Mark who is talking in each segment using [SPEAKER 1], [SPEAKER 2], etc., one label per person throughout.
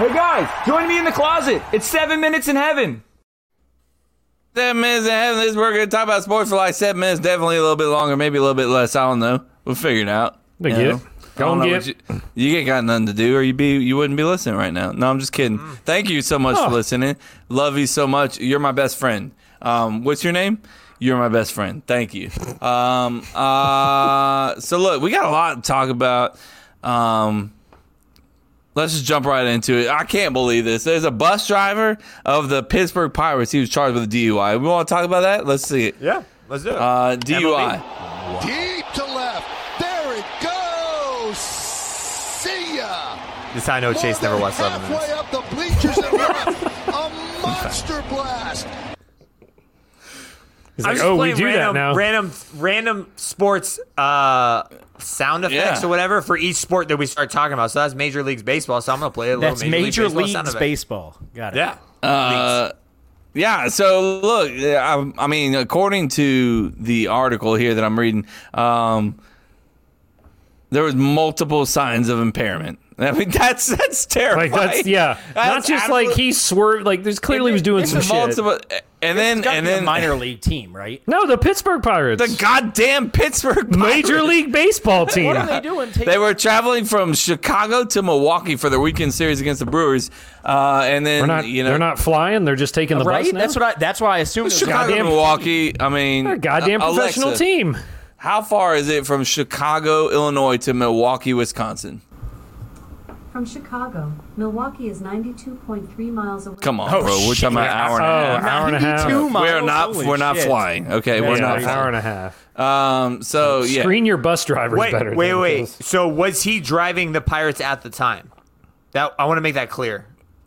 [SPEAKER 1] live. Join me in the closet. It's seven minutes in heaven.
[SPEAKER 2] Seven minutes in heaven. This we're gonna talk about sports for like seven minutes. Definitely a little bit longer, maybe a little bit less. I don't know. We'll figure it out.
[SPEAKER 3] They
[SPEAKER 2] You
[SPEAKER 3] get
[SPEAKER 2] know?
[SPEAKER 3] it.
[SPEAKER 2] I don't
[SPEAKER 3] Don't
[SPEAKER 2] know
[SPEAKER 3] get
[SPEAKER 2] what you, you ain't got nothing to do, or you be you wouldn't be listening right now. No, I'm just kidding. Thank you so much
[SPEAKER 3] Oh.
[SPEAKER 2] for listening. Love you so much. You're my best friend. Um, what's your name? You're my best friend. Thank you. Um, uh, so look, we got a lot to talk about. Um, let's just jump right into it. I can't believe this. There's a bus driver of the Pittsburgh Pirates. He was charged with a DUI. We want to talk about that. Let's see it.
[SPEAKER 4] Yeah, let's do it.
[SPEAKER 2] Uh, DUI.
[SPEAKER 5] Deep to left. There it goes. See ya.
[SPEAKER 4] this I know Chase
[SPEAKER 5] More
[SPEAKER 4] never
[SPEAKER 5] than
[SPEAKER 4] watched seven
[SPEAKER 5] halfway
[SPEAKER 4] minutes.
[SPEAKER 5] up the bleachers and left. A monster blast.
[SPEAKER 3] He's
[SPEAKER 4] I'm
[SPEAKER 3] like,
[SPEAKER 4] just
[SPEAKER 3] oh, we
[SPEAKER 4] playing
[SPEAKER 3] do
[SPEAKER 4] random,
[SPEAKER 3] that now.
[SPEAKER 4] Random, random sports uh, sound effects
[SPEAKER 2] Yeah.
[SPEAKER 4] or whatever for each sport that we start talking about. So that's Major Leagues Baseball. So I'm gonna play a little
[SPEAKER 6] That's Major,
[SPEAKER 4] League Baseball
[SPEAKER 6] Leagues
[SPEAKER 4] sound
[SPEAKER 6] Leagues
[SPEAKER 4] effect.
[SPEAKER 6] Baseball. Got it.
[SPEAKER 4] Yeah.
[SPEAKER 2] Uh, yeah. So look, I, I mean, according to the article here that I'm reading, um, there was multiple signs of impairment. I mean, that's that's terrifying.
[SPEAKER 3] Like that's yeah.
[SPEAKER 2] That's
[SPEAKER 3] Not just
[SPEAKER 2] absolute-
[SPEAKER 3] like he swerved. Like there's clearly he was doing some shit.
[SPEAKER 2] multiple, and then
[SPEAKER 6] It's got
[SPEAKER 2] and then
[SPEAKER 6] a minor league team, right?
[SPEAKER 3] No, the Pittsburgh Pirates,
[SPEAKER 2] the goddamn Pittsburgh Pirates.
[SPEAKER 3] Major League Baseball team.
[SPEAKER 6] What are they doing? Take-
[SPEAKER 2] They were traveling from Chicago to Milwaukee for their weekend series against the Brewers, uh, and then
[SPEAKER 3] They're not.
[SPEAKER 2] you know
[SPEAKER 3] they're not flying. They're just taking the
[SPEAKER 6] right?
[SPEAKER 3] bus now.
[SPEAKER 6] That's what I. That's why I assumed. it was
[SPEAKER 2] Chicago,
[SPEAKER 3] Goddamn-
[SPEAKER 2] to Milwaukee. I mean,
[SPEAKER 3] They're a goddamn
[SPEAKER 2] uh,
[SPEAKER 3] professional
[SPEAKER 2] Alexa,
[SPEAKER 3] team.
[SPEAKER 2] How far is it from Chicago, Illinois to Milwaukee, Wisconsin?
[SPEAKER 7] From Chicago, Milwaukee is 92.3 miles away.
[SPEAKER 2] Come on, bro. We're talking about an hour
[SPEAKER 3] Oh,
[SPEAKER 2] and a half.
[SPEAKER 3] hour and a half.
[SPEAKER 6] 92 miles.
[SPEAKER 2] We're not
[SPEAKER 6] Holy
[SPEAKER 2] we're not
[SPEAKER 6] shit.
[SPEAKER 2] flying. Okay, we're
[SPEAKER 3] Yeah,
[SPEAKER 2] not
[SPEAKER 3] an hour and a half.
[SPEAKER 2] flying. Um so yeah.
[SPEAKER 3] Screen your bus drivers
[SPEAKER 4] Wait,
[SPEAKER 3] better.
[SPEAKER 4] wait,
[SPEAKER 3] than
[SPEAKER 4] wait.
[SPEAKER 3] this.
[SPEAKER 4] So was he driving the Pirates at the time? That I want to make that clear.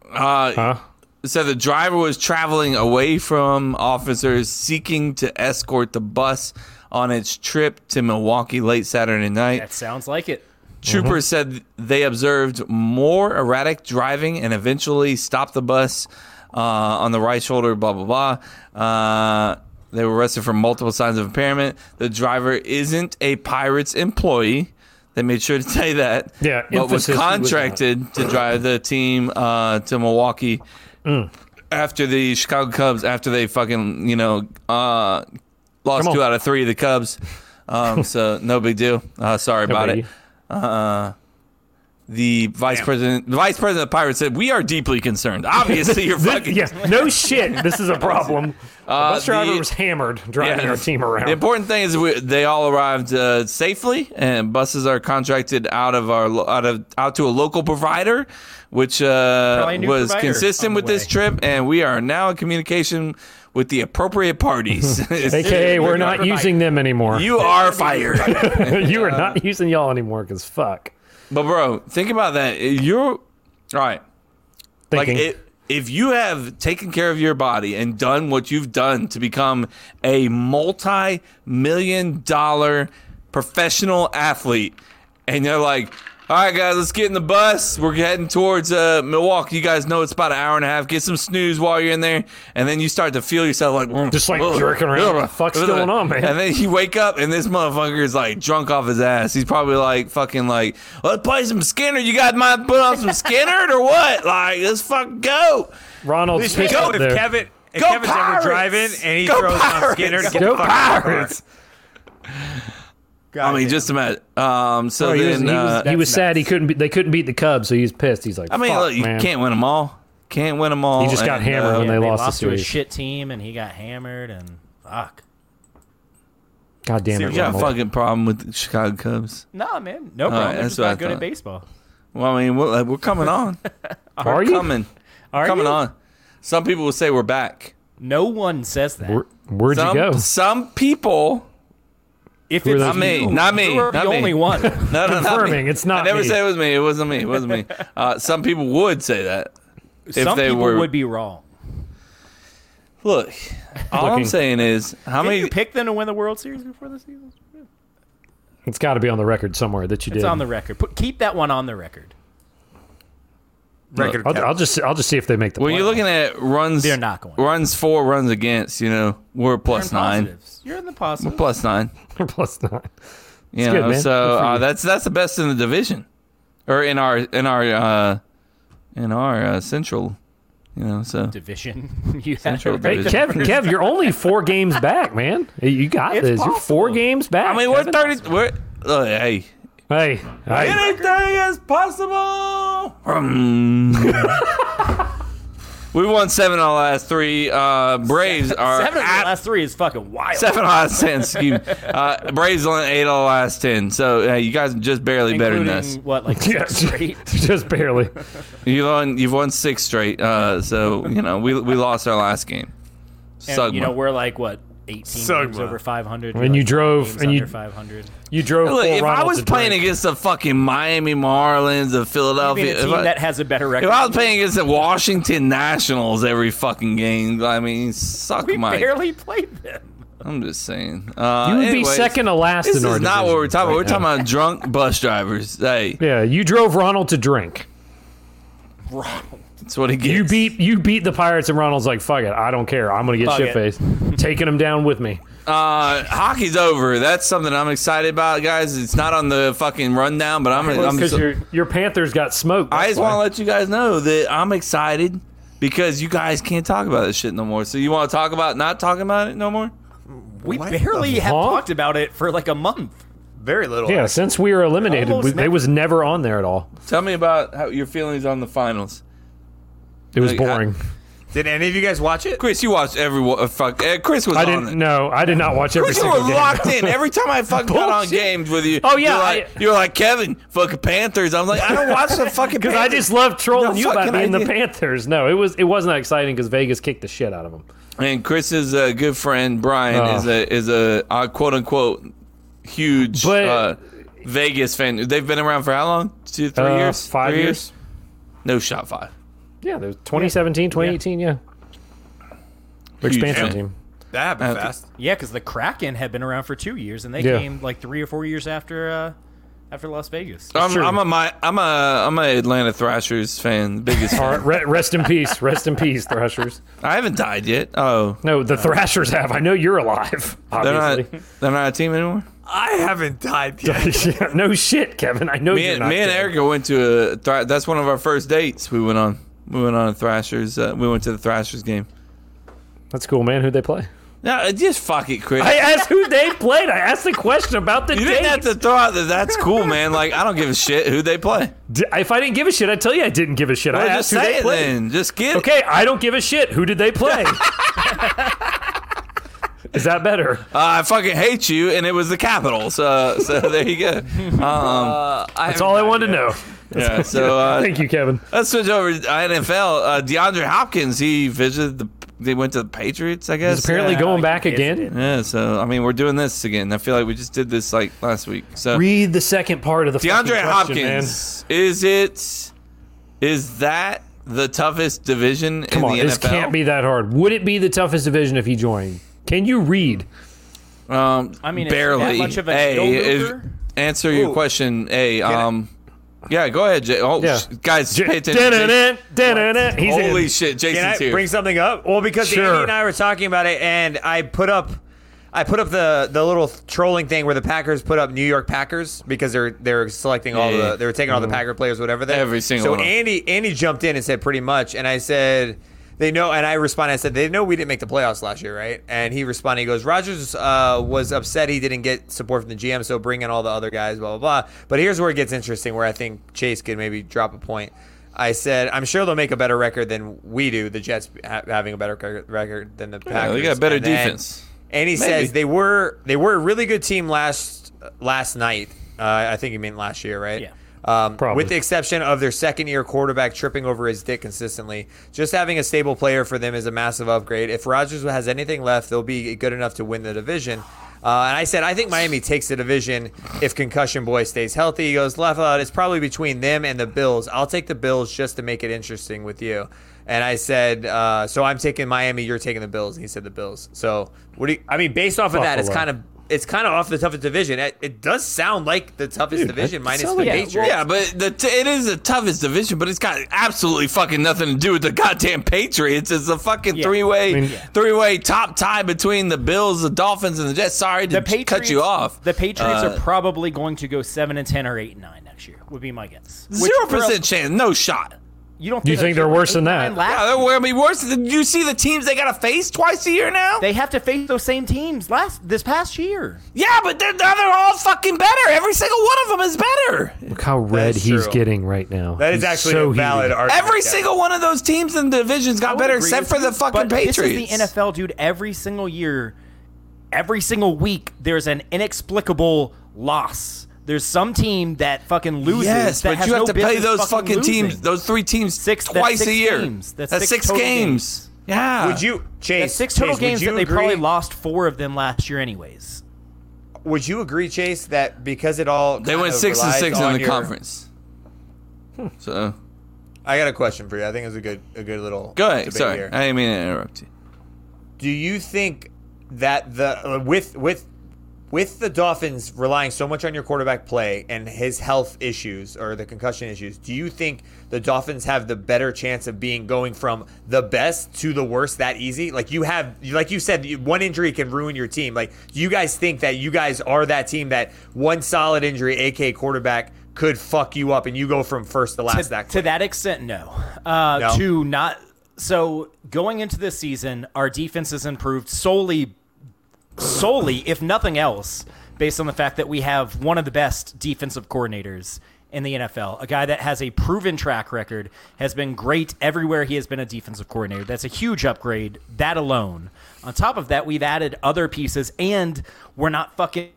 [SPEAKER 2] Uh,
[SPEAKER 3] Huh?
[SPEAKER 2] So the driver was traveling away from officers seeking to escort the bus on its trip to Milwaukee late Saturday night.
[SPEAKER 6] That sounds like it.
[SPEAKER 2] Troopers
[SPEAKER 3] Mm-hmm.
[SPEAKER 2] said they observed more erratic driving and eventually stopped the bus uh, on the right shoulder, blah, blah, blah. Uh, they were arrested for multiple signs of impairment. The driver isn't a Pirates employee. They made sure to say that.
[SPEAKER 3] Yeah,
[SPEAKER 2] But was
[SPEAKER 3] emphasis was not.
[SPEAKER 2] contracted to drive the team uh, to Milwaukee
[SPEAKER 3] Mm.
[SPEAKER 2] after the Chicago Cubs, after they fucking, you know, uh, lost
[SPEAKER 3] on.
[SPEAKER 2] two out of three of the Cubs. Um, so no big deal. Uh, sorry about
[SPEAKER 3] biggie.
[SPEAKER 2] it the vice president, the vice president of the Pirates said, "We are deeply concerned. Obviously, you're
[SPEAKER 3] This-
[SPEAKER 2] fucking
[SPEAKER 3] yeah, no shit. This is a problem. the bus driver
[SPEAKER 2] the-
[SPEAKER 3] was hammered driving our team around.
[SPEAKER 2] The important thing is we, they all arrived uh, safely, and buses are contracted out of our lo- out of out to a local provider, which uh,
[SPEAKER 6] Probably a new
[SPEAKER 2] was
[SPEAKER 6] provider
[SPEAKER 2] consistent
[SPEAKER 6] on
[SPEAKER 2] with
[SPEAKER 6] the
[SPEAKER 2] this
[SPEAKER 6] way.
[SPEAKER 2] trip, and we are now in communication with the appropriate parties.
[SPEAKER 3] AKA, we're not using them anymore. You,
[SPEAKER 2] you are fired.
[SPEAKER 3] are not using y'all anymore because fuck.
[SPEAKER 2] But bro, think about that. You're all right.
[SPEAKER 3] Thinking,
[SPEAKER 2] Like it, if you have taken care of your body and done what you've done to become a multi-million dollar professional athlete, and they're like, "All right, guys, let's get in the bus. We're heading towards uh, Milwaukee. You guys know it's about an hour and a half. Get some snooze while you're in there, and then you start to feel yourself like "Mm,
[SPEAKER 3] Just, like,
[SPEAKER 2] ugh,
[SPEAKER 3] jerking around.
[SPEAKER 2] ugh,
[SPEAKER 3] What the fuck's
[SPEAKER 2] ugh."
[SPEAKER 3] going on, man?
[SPEAKER 2] And then you wake up, and this motherfucker is like drunk off his ass. He's probably like fucking like, let's play some Skinner. You guys might put on some Skinner or what? Like, let's fuck go.
[SPEAKER 3] Ronald's
[SPEAKER 4] If
[SPEAKER 3] pissed up there.
[SPEAKER 4] Kevin, if
[SPEAKER 2] Go
[SPEAKER 4] Kevin's
[SPEAKER 2] Pirates!
[SPEAKER 4] ever driving and he
[SPEAKER 2] Go
[SPEAKER 4] throws
[SPEAKER 2] Pirates!
[SPEAKER 4] on Skinner to get
[SPEAKER 3] Go
[SPEAKER 4] the fuck out of the car.
[SPEAKER 3] Pirates!
[SPEAKER 2] I mean, just imagine. Um, so
[SPEAKER 3] Oh, he was,
[SPEAKER 2] then,
[SPEAKER 3] he was,
[SPEAKER 2] uh,
[SPEAKER 3] he was
[SPEAKER 6] That's
[SPEAKER 3] sad he couldn't. Be, they couldn't beat the Cubs, so he was pissed. He's like,
[SPEAKER 2] I mean,
[SPEAKER 3] fuck,
[SPEAKER 2] look, you
[SPEAKER 3] man.
[SPEAKER 2] can't win them all. Can't win them all. uh,
[SPEAKER 3] He just got hammered when
[SPEAKER 6] Yeah,
[SPEAKER 3] they
[SPEAKER 6] they
[SPEAKER 3] lost the
[SPEAKER 6] to a
[SPEAKER 3] series.
[SPEAKER 6] shit team, and he got hammered, and fuck.
[SPEAKER 3] God damn it,
[SPEAKER 2] You got a
[SPEAKER 3] Ronald.
[SPEAKER 2] fucking problem with the Chicago Cubs.
[SPEAKER 6] Nah, man, no problem.
[SPEAKER 2] right,
[SPEAKER 6] They're
[SPEAKER 2] that's
[SPEAKER 6] just
[SPEAKER 2] what I
[SPEAKER 6] not good
[SPEAKER 2] thought.
[SPEAKER 6] at baseball.
[SPEAKER 2] Well, I mean, we're, like, we're coming on.
[SPEAKER 3] Are you?
[SPEAKER 2] coming. coming
[SPEAKER 6] you?
[SPEAKER 2] on. Some people will say we're back.
[SPEAKER 6] No one says that.
[SPEAKER 3] Where, would
[SPEAKER 2] Some,
[SPEAKER 3] you go?
[SPEAKER 2] some people.
[SPEAKER 6] if
[SPEAKER 3] Who are
[SPEAKER 6] it's
[SPEAKER 3] those
[SPEAKER 2] Not me.
[SPEAKER 6] you,
[SPEAKER 2] Not me.
[SPEAKER 6] you're
[SPEAKER 2] Not
[SPEAKER 6] the
[SPEAKER 2] me.
[SPEAKER 6] only one.
[SPEAKER 2] No, no, not
[SPEAKER 3] Confirming,
[SPEAKER 2] me.
[SPEAKER 3] it's not
[SPEAKER 2] I never
[SPEAKER 3] me.
[SPEAKER 2] said it was me. It wasn't me. It wasn't me. Uh, some people would say that.
[SPEAKER 6] Some
[SPEAKER 2] they
[SPEAKER 6] people
[SPEAKER 2] were-
[SPEAKER 6] would be wrong.
[SPEAKER 2] Look, all I'm
[SPEAKER 3] Looking.
[SPEAKER 2] saying is how
[SPEAKER 6] Did
[SPEAKER 2] many
[SPEAKER 6] you pick them to win the World Series before the season?
[SPEAKER 3] It's got to be on the record somewhere that you
[SPEAKER 6] It's
[SPEAKER 3] did.
[SPEAKER 6] on the record. Put, keep that one on the record.
[SPEAKER 4] Record
[SPEAKER 3] I'll,
[SPEAKER 4] cap.
[SPEAKER 3] I'll just I'll just see if they make the.
[SPEAKER 2] when you're
[SPEAKER 3] playoffs.
[SPEAKER 2] looking at runs
[SPEAKER 6] They're not going.
[SPEAKER 2] runs for runs against, you know, we're plus
[SPEAKER 6] You're in
[SPEAKER 2] nine.
[SPEAKER 6] positives. You're in the positive.
[SPEAKER 2] Plus nine.
[SPEAKER 3] plus nine.
[SPEAKER 2] You
[SPEAKER 3] It's good,
[SPEAKER 2] know,
[SPEAKER 3] man.
[SPEAKER 2] so
[SPEAKER 3] Good for
[SPEAKER 2] uh,
[SPEAKER 3] you.
[SPEAKER 2] that's that's the best in the division. Or in our in our uh in our uh, central. You know, so
[SPEAKER 6] division. you had
[SPEAKER 2] Central
[SPEAKER 6] it right
[SPEAKER 3] Hey,
[SPEAKER 2] Division.
[SPEAKER 6] there.
[SPEAKER 3] Kev, Kev, you're only four games back, man. Hey, You got
[SPEAKER 6] It's
[SPEAKER 3] this. You're four
[SPEAKER 6] possible.
[SPEAKER 3] games back.
[SPEAKER 2] I mean, we're
[SPEAKER 3] Kevin.
[SPEAKER 2] thirty. We're uh, hey,
[SPEAKER 3] Hey, hey.
[SPEAKER 2] anything is possible. Hmm. we won seven of the last three. Uh, Braves are
[SPEAKER 6] Seven of the
[SPEAKER 2] at-
[SPEAKER 6] last three is fucking wild.
[SPEAKER 2] seven of the last ten. Excuse me. Uh, Braves won eight of the last ten. So uh, you guys are just barely better than us.
[SPEAKER 6] Including, What like
[SPEAKER 3] Yeah,
[SPEAKER 6] six straight?
[SPEAKER 3] just barely.
[SPEAKER 2] You've won. You've won six straight. Uh, so you know we we lost our last game.
[SPEAKER 6] And,
[SPEAKER 2] Sugma.
[SPEAKER 6] you know we're like what eighteen games
[SPEAKER 8] Sugma.
[SPEAKER 6] over five hundred.
[SPEAKER 3] And you drove- and you-
[SPEAKER 6] five hundred.
[SPEAKER 3] You drove.
[SPEAKER 2] Look,
[SPEAKER 3] four
[SPEAKER 2] if I
[SPEAKER 3] Ronalds
[SPEAKER 2] was
[SPEAKER 3] a
[SPEAKER 2] playing
[SPEAKER 3] drink.
[SPEAKER 2] against the fucking Miami Marlins, the Philadelphia,
[SPEAKER 6] Being a team
[SPEAKER 2] if I,
[SPEAKER 6] that has a better
[SPEAKER 2] if
[SPEAKER 6] record.
[SPEAKER 2] I was playing against the Washington Nationals every fucking game, I mean, suck
[SPEAKER 6] we
[SPEAKER 2] my.
[SPEAKER 6] barely played them.
[SPEAKER 2] I'm just saying. Uh,
[SPEAKER 3] you would be
[SPEAKER 2] anyways,
[SPEAKER 3] second to last.
[SPEAKER 2] This
[SPEAKER 3] in our
[SPEAKER 2] is not what
[SPEAKER 3] division
[SPEAKER 2] we're talking about. We're
[SPEAKER 3] right
[SPEAKER 2] talking
[SPEAKER 3] now.
[SPEAKER 2] about drunk bus drivers. Hey,
[SPEAKER 3] Yeah, you drove Ronald to drink.
[SPEAKER 2] that's what it gets.
[SPEAKER 3] You beat you beat the Pirates, and Ronald's like, "Fuck it, I don't care. I'm gonna get
[SPEAKER 6] Fuck
[SPEAKER 3] shit
[SPEAKER 6] it."
[SPEAKER 3] faced." Taking him down with me.
[SPEAKER 2] Uh, hockey's over. That's something I'm excited about, guys. It's not on the fucking rundown, but I'm. I'm
[SPEAKER 3] because
[SPEAKER 2] so-
[SPEAKER 3] your your Panthers got smoked.
[SPEAKER 2] I
[SPEAKER 3] That's
[SPEAKER 2] just want to
[SPEAKER 3] why.
[SPEAKER 2] let you guys know that I'm excited because you guys can't talk about this shit no more. So you want to talk about not talking about it no more?
[SPEAKER 6] We barely have
[SPEAKER 3] fuck?
[SPEAKER 6] talked about it for like a month.
[SPEAKER 8] Very little.
[SPEAKER 3] Yeah, since we were eliminated,
[SPEAKER 6] Almost
[SPEAKER 3] we, they
[SPEAKER 6] never.
[SPEAKER 3] was never on there at all.
[SPEAKER 2] Tell me about how your feelings on the finals.
[SPEAKER 3] It was
[SPEAKER 2] Like, I-
[SPEAKER 3] boring.
[SPEAKER 8] Did any of you guys watch it?
[SPEAKER 2] Chris, you watched every wa- uh, fuck. Uh, Chris was
[SPEAKER 3] I,
[SPEAKER 2] on it.
[SPEAKER 3] didn't know. I did not watch every
[SPEAKER 2] Chris, you
[SPEAKER 3] single
[SPEAKER 2] were
[SPEAKER 3] game.
[SPEAKER 2] locked in every time I fucking got on
[SPEAKER 3] Bullshit.
[SPEAKER 2] games with you.
[SPEAKER 3] Oh, yeah,
[SPEAKER 2] you're like,
[SPEAKER 3] I-
[SPEAKER 2] you're like Kevin, fucking Panthers. I'm like, I don't watch the fucking
[SPEAKER 3] Because I
[SPEAKER 2] Panthers.
[SPEAKER 3] just love trolling
[SPEAKER 2] No
[SPEAKER 3] you about
[SPEAKER 2] fucking
[SPEAKER 3] being the
[SPEAKER 2] idea.
[SPEAKER 3] Panthers. No, it was it wasn't that exciting because Vegas kicked the shit out of them.
[SPEAKER 2] And Chris's uh, good friend Brian
[SPEAKER 3] Oh.
[SPEAKER 2] is a is a uh, quote unquote huge
[SPEAKER 3] But-
[SPEAKER 2] uh, Vegas fan. They've been around for how long? Two, three
[SPEAKER 3] Uh,
[SPEAKER 2] years?
[SPEAKER 3] five
[SPEAKER 2] Three
[SPEAKER 3] years.
[SPEAKER 2] No shot five.
[SPEAKER 3] Yeah, there was 2017, 2018, yeah. Expansion
[SPEAKER 2] fan.
[SPEAKER 3] team.
[SPEAKER 8] That happened fast.
[SPEAKER 6] Yeah, because the Kraken had been around for two years, and they
[SPEAKER 3] Yeah.
[SPEAKER 6] came like three or four years after uh, after Las Vegas.
[SPEAKER 2] I'm,
[SPEAKER 3] true.
[SPEAKER 2] I'm a my I'm a I'm a Atlanta Thrashers fan. Biggest
[SPEAKER 3] All
[SPEAKER 2] fan.
[SPEAKER 3] right, re- rest in peace. Rest in peace, Thrashers.
[SPEAKER 2] I haven't died yet. Oh,
[SPEAKER 3] No, the Thrashers have. I know you're alive.
[SPEAKER 2] they're not
[SPEAKER 3] Obviously.
[SPEAKER 2] they're not a team anymore.
[SPEAKER 8] I haven't died yet.
[SPEAKER 3] Yeah, no shit, Kevin. I know
[SPEAKER 2] Me
[SPEAKER 3] you're
[SPEAKER 2] and
[SPEAKER 3] not.
[SPEAKER 2] me and
[SPEAKER 3] dead.
[SPEAKER 2] Erica went to a thr- that's one of our first dates. We went on we went on a Thrashers. Uh, we went to the Thrashers game.
[SPEAKER 3] That's cool, man. Who'd they play?
[SPEAKER 2] No, just fuck it, Chris.
[SPEAKER 3] I asked who they played. I asked the question about the
[SPEAKER 2] you didn't have
[SPEAKER 3] date.
[SPEAKER 2] to throw out that that's cool, man. Like I don't give a shit who they play.
[SPEAKER 3] D- if I didn't give a shit, I'd tell you I didn't give a shit. I
[SPEAKER 2] Well, just
[SPEAKER 3] asked who
[SPEAKER 2] say
[SPEAKER 3] they
[SPEAKER 2] it
[SPEAKER 3] played.
[SPEAKER 2] then. Just get it.
[SPEAKER 3] Okay, I don't give a shit. Who did they play? Is that better?
[SPEAKER 2] Uh, I fucking hate you, and it was the Capitals. Uh, so there you go. Um,
[SPEAKER 3] That's all I wanted to know.
[SPEAKER 2] yeah, so uh,
[SPEAKER 3] Thank you, Kevin.
[SPEAKER 2] let's switch over to NFL. Uh, DeAndre Hopkins, he visited the. They went to the Patriots, I guess.
[SPEAKER 3] He's apparently
[SPEAKER 6] uh,
[SPEAKER 3] going back
[SPEAKER 6] yes, it
[SPEAKER 3] again.
[SPEAKER 6] is.
[SPEAKER 2] Yeah, so I mean, we're doing this again. I feel like we just did this like last week. So
[SPEAKER 3] Read the second part of the fucking
[SPEAKER 2] DeAndre
[SPEAKER 3] question,
[SPEAKER 2] Hopkins, is it? Is that the toughest division
[SPEAKER 3] Man. Come
[SPEAKER 2] in
[SPEAKER 3] on,
[SPEAKER 2] the
[SPEAKER 3] this
[SPEAKER 2] NFL?
[SPEAKER 3] can't be that hard. Would it be the toughest division if he joined? Can you read?
[SPEAKER 2] Um,
[SPEAKER 6] I mean, is it
[SPEAKER 2] barely.
[SPEAKER 6] that much of a
[SPEAKER 2] hey, if-
[SPEAKER 6] deal-breaker?
[SPEAKER 2] answer your
[SPEAKER 8] Ooh.
[SPEAKER 2] question. Hey, um, yeah, go ahead, Jay. Oh,
[SPEAKER 3] Yeah.
[SPEAKER 2] sh- guys,
[SPEAKER 3] J-
[SPEAKER 2] pay attention.
[SPEAKER 3] dun-dun-dun, dun-dun-dun. He's in.
[SPEAKER 2] Holy shit,
[SPEAKER 8] Can
[SPEAKER 2] Jason's
[SPEAKER 8] I
[SPEAKER 2] here.
[SPEAKER 8] bring something up? Well, because
[SPEAKER 3] Sure.
[SPEAKER 8] Andy and I were talking about it, and I put up, I put up the the little trolling thing where the Packers put up New York Packers because they're they're selecting all
[SPEAKER 2] Yeah. Mm-hmm.
[SPEAKER 8] the they were taking all the Packer players, whatever. They,
[SPEAKER 2] Every single
[SPEAKER 8] So
[SPEAKER 2] one of them.
[SPEAKER 8] Andy Andy jumped in and said pretty much, and I said. They know, and I responded. I said, "They know we didn't make the playoffs last year, right?" And he responded, "He goes, Rogers uh, was upset he didn't get support from the GM, so bring in all the other guys, blah blah blah." But here's where it gets interesting, where I think Chase could maybe drop a point. I said, I'm sure they'll make a better record than we do. The Jets ha- having a better cur- record than the Packers.
[SPEAKER 2] they got better
[SPEAKER 8] And then-
[SPEAKER 2] defense.
[SPEAKER 8] And he says they were they were a really good team last last night. Uh, I think you mean last year, right?
[SPEAKER 6] Yeah.
[SPEAKER 8] Um,
[SPEAKER 3] Probably.
[SPEAKER 8] with the exception of their second year quarterback tripping over his dick consistently, just having a stable player for them is a massive upgrade. If Rodgers has anything left, they'll be good enough to win the division. Uh, and I said, I think Miami takes the division if Concussion Boy stays healthy. He goes left out. It's probably between them and the Bills. I'll take the Bills just to make it interesting with you. And I said, uh, so I'm taking Miami. You're taking the Bills. And he said the Bills. So what do you? I mean, based off of that, it's
[SPEAKER 3] Buffalo.
[SPEAKER 8] kind of it's kind of off the toughest division. It, it does sound like the toughest division minus the
[SPEAKER 3] sounds like-
[SPEAKER 8] Patriots.
[SPEAKER 2] yeah, but the t- it is the toughest division, but it's got absolutely fucking nothing to do with the goddamn Patriots. It's a fucking
[SPEAKER 6] Yeah.
[SPEAKER 2] three way,
[SPEAKER 3] I mean-
[SPEAKER 2] three way top tie between the Bills, the Dolphins, and the Jets. Sorry to
[SPEAKER 6] The
[SPEAKER 2] j-
[SPEAKER 6] Patriots
[SPEAKER 2] cut you off. Uh,
[SPEAKER 6] The Patriots are probably going to go seven and ten or eight and nine next year. Would be my guess. Which
[SPEAKER 2] Zero
[SPEAKER 6] for a-
[SPEAKER 2] percent chance, no shot.
[SPEAKER 6] You don't?
[SPEAKER 3] You think they're worse than that?
[SPEAKER 6] eight, nine last-
[SPEAKER 2] Yeah, they're- I mean, worse. than- Do you see the teams they got to face twice a year now?
[SPEAKER 6] They have to face those same teams last this past year.
[SPEAKER 2] yeah, but they're, now they're all fucking better. Every single one of them is better.
[SPEAKER 3] Look how red
[SPEAKER 4] is
[SPEAKER 3] he's
[SPEAKER 4] true.
[SPEAKER 3] getting right now.
[SPEAKER 4] That is
[SPEAKER 3] He's
[SPEAKER 4] actually
[SPEAKER 3] so
[SPEAKER 4] a valid
[SPEAKER 3] heated.
[SPEAKER 4] argument.
[SPEAKER 2] Every
[SPEAKER 4] yeah.
[SPEAKER 2] single one of those teams in the divisions
[SPEAKER 6] I
[SPEAKER 2] got
[SPEAKER 6] would
[SPEAKER 2] better
[SPEAKER 6] agree
[SPEAKER 2] except
[SPEAKER 6] with
[SPEAKER 2] for
[SPEAKER 6] you,
[SPEAKER 2] the fucking
[SPEAKER 6] but
[SPEAKER 2] Patriots.
[SPEAKER 6] This is the NFL, dude. Every single year, every single week, there's an inexplicable loss. There's some team that fucking loses.
[SPEAKER 2] Yes,
[SPEAKER 6] that
[SPEAKER 2] but
[SPEAKER 6] has
[SPEAKER 2] you have
[SPEAKER 6] no
[SPEAKER 2] to play
[SPEAKER 6] business
[SPEAKER 2] those
[SPEAKER 6] fucking,
[SPEAKER 2] fucking teams,
[SPEAKER 6] losing.
[SPEAKER 2] those three teams,
[SPEAKER 6] Six- that's
[SPEAKER 2] twice
[SPEAKER 6] six
[SPEAKER 2] a year.
[SPEAKER 6] teams. That's six
[SPEAKER 2] six,
[SPEAKER 6] total
[SPEAKER 2] games.
[SPEAKER 6] games.
[SPEAKER 2] Yeah.
[SPEAKER 4] Would you Chase?
[SPEAKER 6] That's six total
[SPEAKER 4] Chase,
[SPEAKER 6] games
[SPEAKER 4] would you
[SPEAKER 6] that they
[SPEAKER 4] agree,
[SPEAKER 6] probably lost four of them last year, anyways.
[SPEAKER 4] Would you agree, Chase, that because it all
[SPEAKER 2] They
[SPEAKER 4] kind
[SPEAKER 2] went
[SPEAKER 4] of
[SPEAKER 2] six and
[SPEAKER 4] relies
[SPEAKER 2] six in
[SPEAKER 4] on
[SPEAKER 2] the
[SPEAKER 4] your-
[SPEAKER 2] conference. So
[SPEAKER 4] I got a question for you. I think it's a good a good little
[SPEAKER 2] go ahead.
[SPEAKER 4] debate
[SPEAKER 2] Sorry,
[SPEAKER 4] here.
[SPEAKER 2] I didn't mean to interrupt you.
[SPEAKER 4] Do you think that the uh, with with with the Dolphins relying so much on your quarterback play and his health issues or the concussion issues, do you think the Dolphins have the better chance of being going from the best to the worst that easy? Like you have, like you said, you- one injury can ruin your team. Like, do you guys think that you guys are that team that one solid injury, aka quarterback, could fuck you up and you go from first
[SPEAKER 2] Ah,
[SPEAKER 4] to last
[SPEAKER 6] to,
[SPEAKER 4] that
[SPEAKER 6] to
[SPEAKER 4] quick?
[SPEAKER 6] that extent, no. Uh,
[SPEAKER 4] No?
[SPEAKER 6] To not so going into this season, our defense has improved solely, solely if nothing else, based on the fact that we have one of the best defensive coordinators in the NFL, a guy that has a proven track record, has been great everywhere he has been a defensive coordinator. That's a huge upgrade. That alone. On top of that, we've added other pieces, and we're not fucking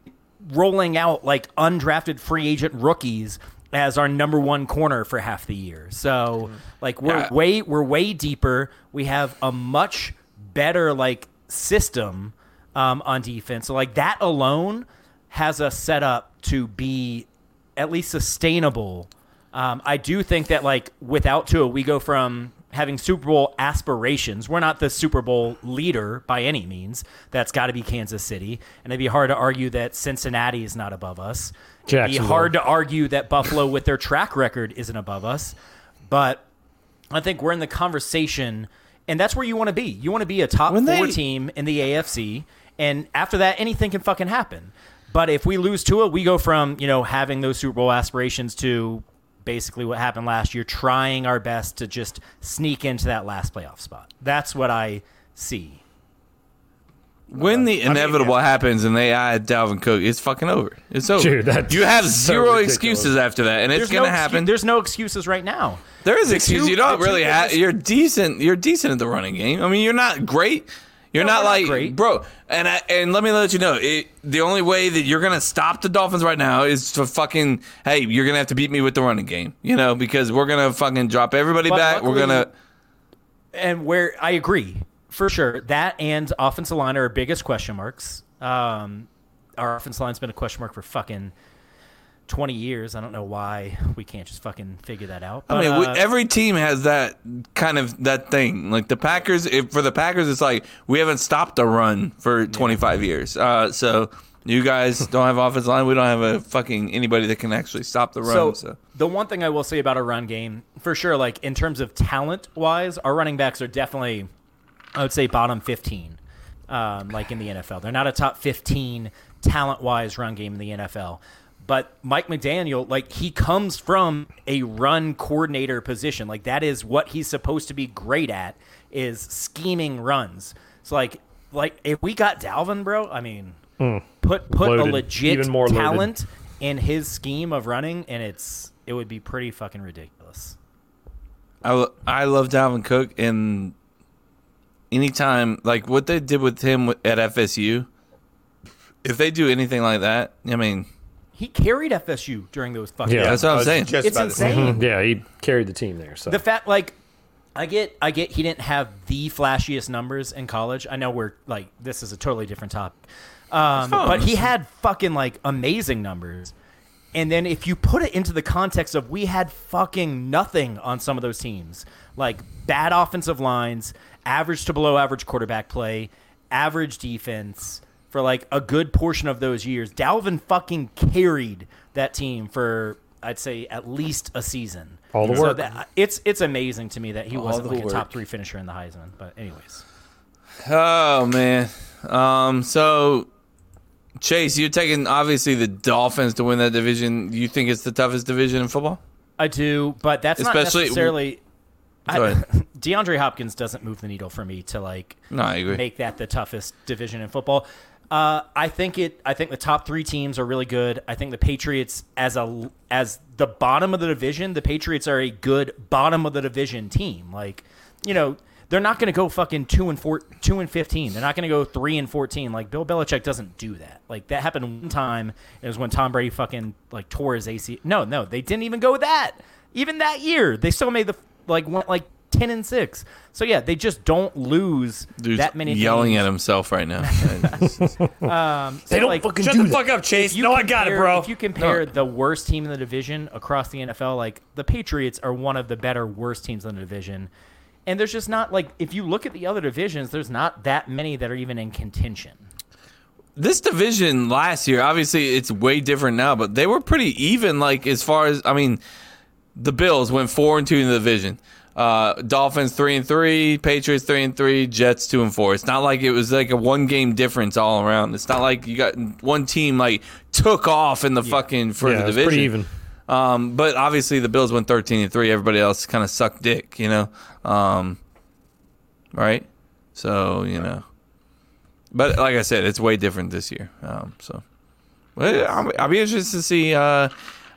[SPEAKER 6] rolling out like undrafted free agent rookies as our number one corner for half the year. So like we're
[SPEAKER 2] Yeah.
[SPEAKER 6] way we're way deeper. We have a much better like system um, on defense. So like that alone has us set up to be at least sustainable. Um, I do think that like without Tua, we go from having Super Bowl aspirations. We're not the Super Bowl leader by any means. That's got to be Kansas City, and it'd be hard to argue that Cincinnati is not above us. It'd be
[SPEAKER 3] Jacksonville.
[SPEAKER 6] hard to argue that Buffalo, with their track record, isn't above us. But I think we're in the conversation, and that's where you want to be. You want to be a top
[SPEAKER 2] When
[SPEAKER 6] four
[SPEAKER 2] they-
[SPEAKER 6] team in the AFC, and after that, anything can fucking happen. But if we lose Tua, we go from you know having those Super Bowl aspirations to basically what happened last year, trying our best to just sneak into that last playoff spot. That's what I see.
[SPEAKER 2] When the inevitable happens and they add Dalvin Cook, it's fucking over. It's over.
[SPEAKER 3] Dude, that's
[SPEAKER 2] you have
[SPEAKER 3] so
[SPEAKER 2] zero
[SPEAKER 3] ridiculous.
[SPEAKER 2] excuses after that, and it's
[SPEAKER 6] There's
[SPEAKER 2] gonna
[SPEAKER 6] no excu-
[SPEAKER 2] happen.
[SPEAKER 6] there's no excuses right now.
[SPEAKER 2] There is excuses.
[SPEAKER 6] two-
[SPEAKER 2] You
[SPEAKER 6] the
[SPEAKER 2] don't
[SPEAKER 6] two
[SPEAKER 2] really
[SPEAKER 6] that
[SPEAKER 2] have.
[SPEAKER 6] just-
[SPEAKER 2] You're decent. You're decent at the running game. I mean, you're not great. You're
[SPEAKER 6] No,
[SPEAKER 2] not
[SPEAKER 6] we're not
[SPEAKER 2] like
[SPEAKER 6] great.
[SPEAKER 2] bro. And I, and let me let you know. It, the only way that you're gonna stop the Dolphins right now is to fucking hey, you're gonna have to beat me with the running game. You know, because we're gonna fucking drop everybody
[SPEAKER 6] But
[SPEAKER 2] back. we're
[SPEAKER 6] luckily-
[SPEAKER 2] gonna.
[SPEAKER 6] and where I agree for sure that and offensive line are our biggest question marks. Um, our offensive line's been a question mark for fucking twenty years. I don't know why we can't just fucking figure that out.
[SPEAKER 2] I
[SPEAKER 6] But,
[SPEAKER 2] mean, we,
[SPEAKER 6] uh,
[SPEAKER 2] every team has that kind of that thing. Like the Packers, if, for the Packers, it's like we haven't stopped a run for 25 years. Uh, so you guys don't have offense line. We don't have a fucking anybody that can actually stop the
[SPEAKER 6] so,
[SPEAKER 2] run. so.
[SPEAKER 6] the one thing I will say about a run game for sure, like in terms of talent wise, our running backs are definitely, I would say, bottom fifteen. Um, like in the NFL, they're not a top fifteen talent wise run game in the NFL. But Mike McDaniel, like he comes from a run coordinator position. Like that is what he's supposed to be great at is scheming runs. So like like if we got Dalvin, bro, I mean put put
[SPEAKER 3] Loaded.
[SPEAKER 6] a legit
[SPEAKER 3] Even more loaded.
[SPEAKER 6] talent in his scheme of running, and it's it would be pretty fucking ridiculous.
[SPEAKER 2] I, lo- I love Dalvin Cook, and anytime like what they did with him wi- at FSU, if they do anything like that, I mean
[SPEAKER 6] He carried FSU during those fucking.
[SPEAKER 3] Yeah.
[SPEAKER 2] that's what
[SPEAKER 4] I
[SPEAKER 2] I'm
[SPEAKER 4] was
[SPEAKER 2] saying.
[SPEAKER 4] just
[SPEAKER 6] it's
[SPEAKER 4] about to say.
[SPEAKER 6] insane.
[SPEAKER 3] Yeah, he carried the team there. So
[SPEAKER 6] The fact, like, I get, I get, he didn't have the flashiest numbers in college. I know we're like, this is a totally different topic, um,
[SPEAKER 2] fine.
[SPEAKER 6] but he had fucking like amazing numbers. And then if you put it into the context of we had fucking nothing on some of those teams, like bad offensive lines, average to below average quarterback play, average defense for like a good portion of those years, Dalvin fucking carried that team for I'd say at least a season.
[SPEAKER 3] All the
[SPEAKER 6] So
[SPEAKER 3] work.
[SPEAKER 6] that- uh, it's it's amazing to me that he wasn't
[SPEAKER 2] the
[SPEAKER 6] like a
[SPEAKER 2] work.
[SPEAKER 6] top three finisher in the Heisman. But anyways,
[SPEAKER 2] Oh man. Um so Chase, you're taking obviously the Dolphins to win that division. You think it's the toughest division in football?
[SPEAKER 6] I do, but that's
[SPEAKER 2] Especially-
[SPEAKER 6] not necessarily.
[SPEAKER 2] Go
[SPEAKER 6] I,
[SPEAKER 2] ahead.
[SPEAKER 6] DeAndre Hopkins doesn't move the needle for me to like
[SPEAKER 2] No, I agree.
[SPEAKER 6] make that the toughest division in football. Uh, I think it. I think the top three teams are really good. I think the Patriots, as a as the bottom of the division, the Patriots are a good bottom of the division team. Like, you know, they're not going to go fucking two and four, two and fifteen. They're not going to go three and fourteen. Like Bill Belichick doesn't do that. Like that happened one time. It was when Tom Brady fucking like tore his AC. No, no, they didn't even go that. Even that year, they still made the like went like ten and six. So yeah, they just don't lose
[SPEAKER 2] Dude's
[SPEAKER 6] that many.
[SPEAKER 2] yelling
[SPEAKER 6] games.
[SPEAKER 2] at himself right now.
[SPEAKER 6] They don't
[SPEAKER 3] fucking
[SPEAKER 4] Shut
[SPEAKER 3] do
[SPEAKER 4] the
[SPEAKER 3] that.
[SPEAKER 4] fuck up, Chase.
[SPEAKER 6] you
[SPEAKER 4] No, I got it,
[SPEAKER 6] compare-
[SPEAKER 4] bro.
[SPEAKER 6] If you compare the worst team in the division across the NFL, like the Patriots are one of the better worst teams in the division. And there's just not like if you look at the other divisions, there's not that many that are even in contention.
[SPEAKER 2] this division last year, obviously it's way different now, but they were pretty even. Like as far as I mean, the Bills went four and two in the division. Uh, Dolphins three and three, Patriots three and three, Jets two and four. It's not like it was like a one game difference all around. It's not like you got one team like took off in the fucking for
[SPEAKER 3] Yeah,
[SPEAKER 2] the
[SPEAKER 3] it's
[SPEAKER 2] division.
[SPEAKER 3] pretty even.
[SPEAKER 2] Um, but obviously the Bills went thirteen and three. Everybody else kind of sucked dick, you know. Um, right? So you know, but like I said, it's way different this year. Um, so well, I'll, I'll be interested to see. Uh,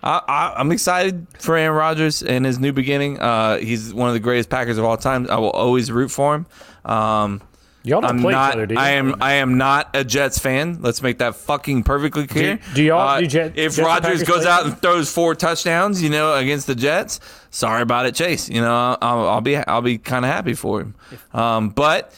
[SPEAKER 2] I, I, I'm excited for Aaron Rodgers and his new beginning. Uh, he's one of the greatest Packers of all time. I will always root for him. Um,
[SPEAKER 3] Y'all don't
[SPEAKER 2] I'm
[SPEAKER 3] play
[SPEAKER 2] not.
[SPEAKER 3] each other, do you?
[SPEAKER 2] I am. I am not a Jets fan. Let's make that fucking perfectly clear.
[SPEAKER 3] do y'all- do Jet-
[SPEAKER 2] Uh, if
[SPEAKER 3] Jets and
[SPEAKER 2] Rodgers
[SPEAKER 3] Packers
[SPEAKER 2] goes
[SPEAKER 3] play?
[SPEAKER 2] out and throws four touchdowns, you know, against the Jets, sorry about it, Chase. You know, I'll, I'll be. I'll be kind of happy for him. Um, but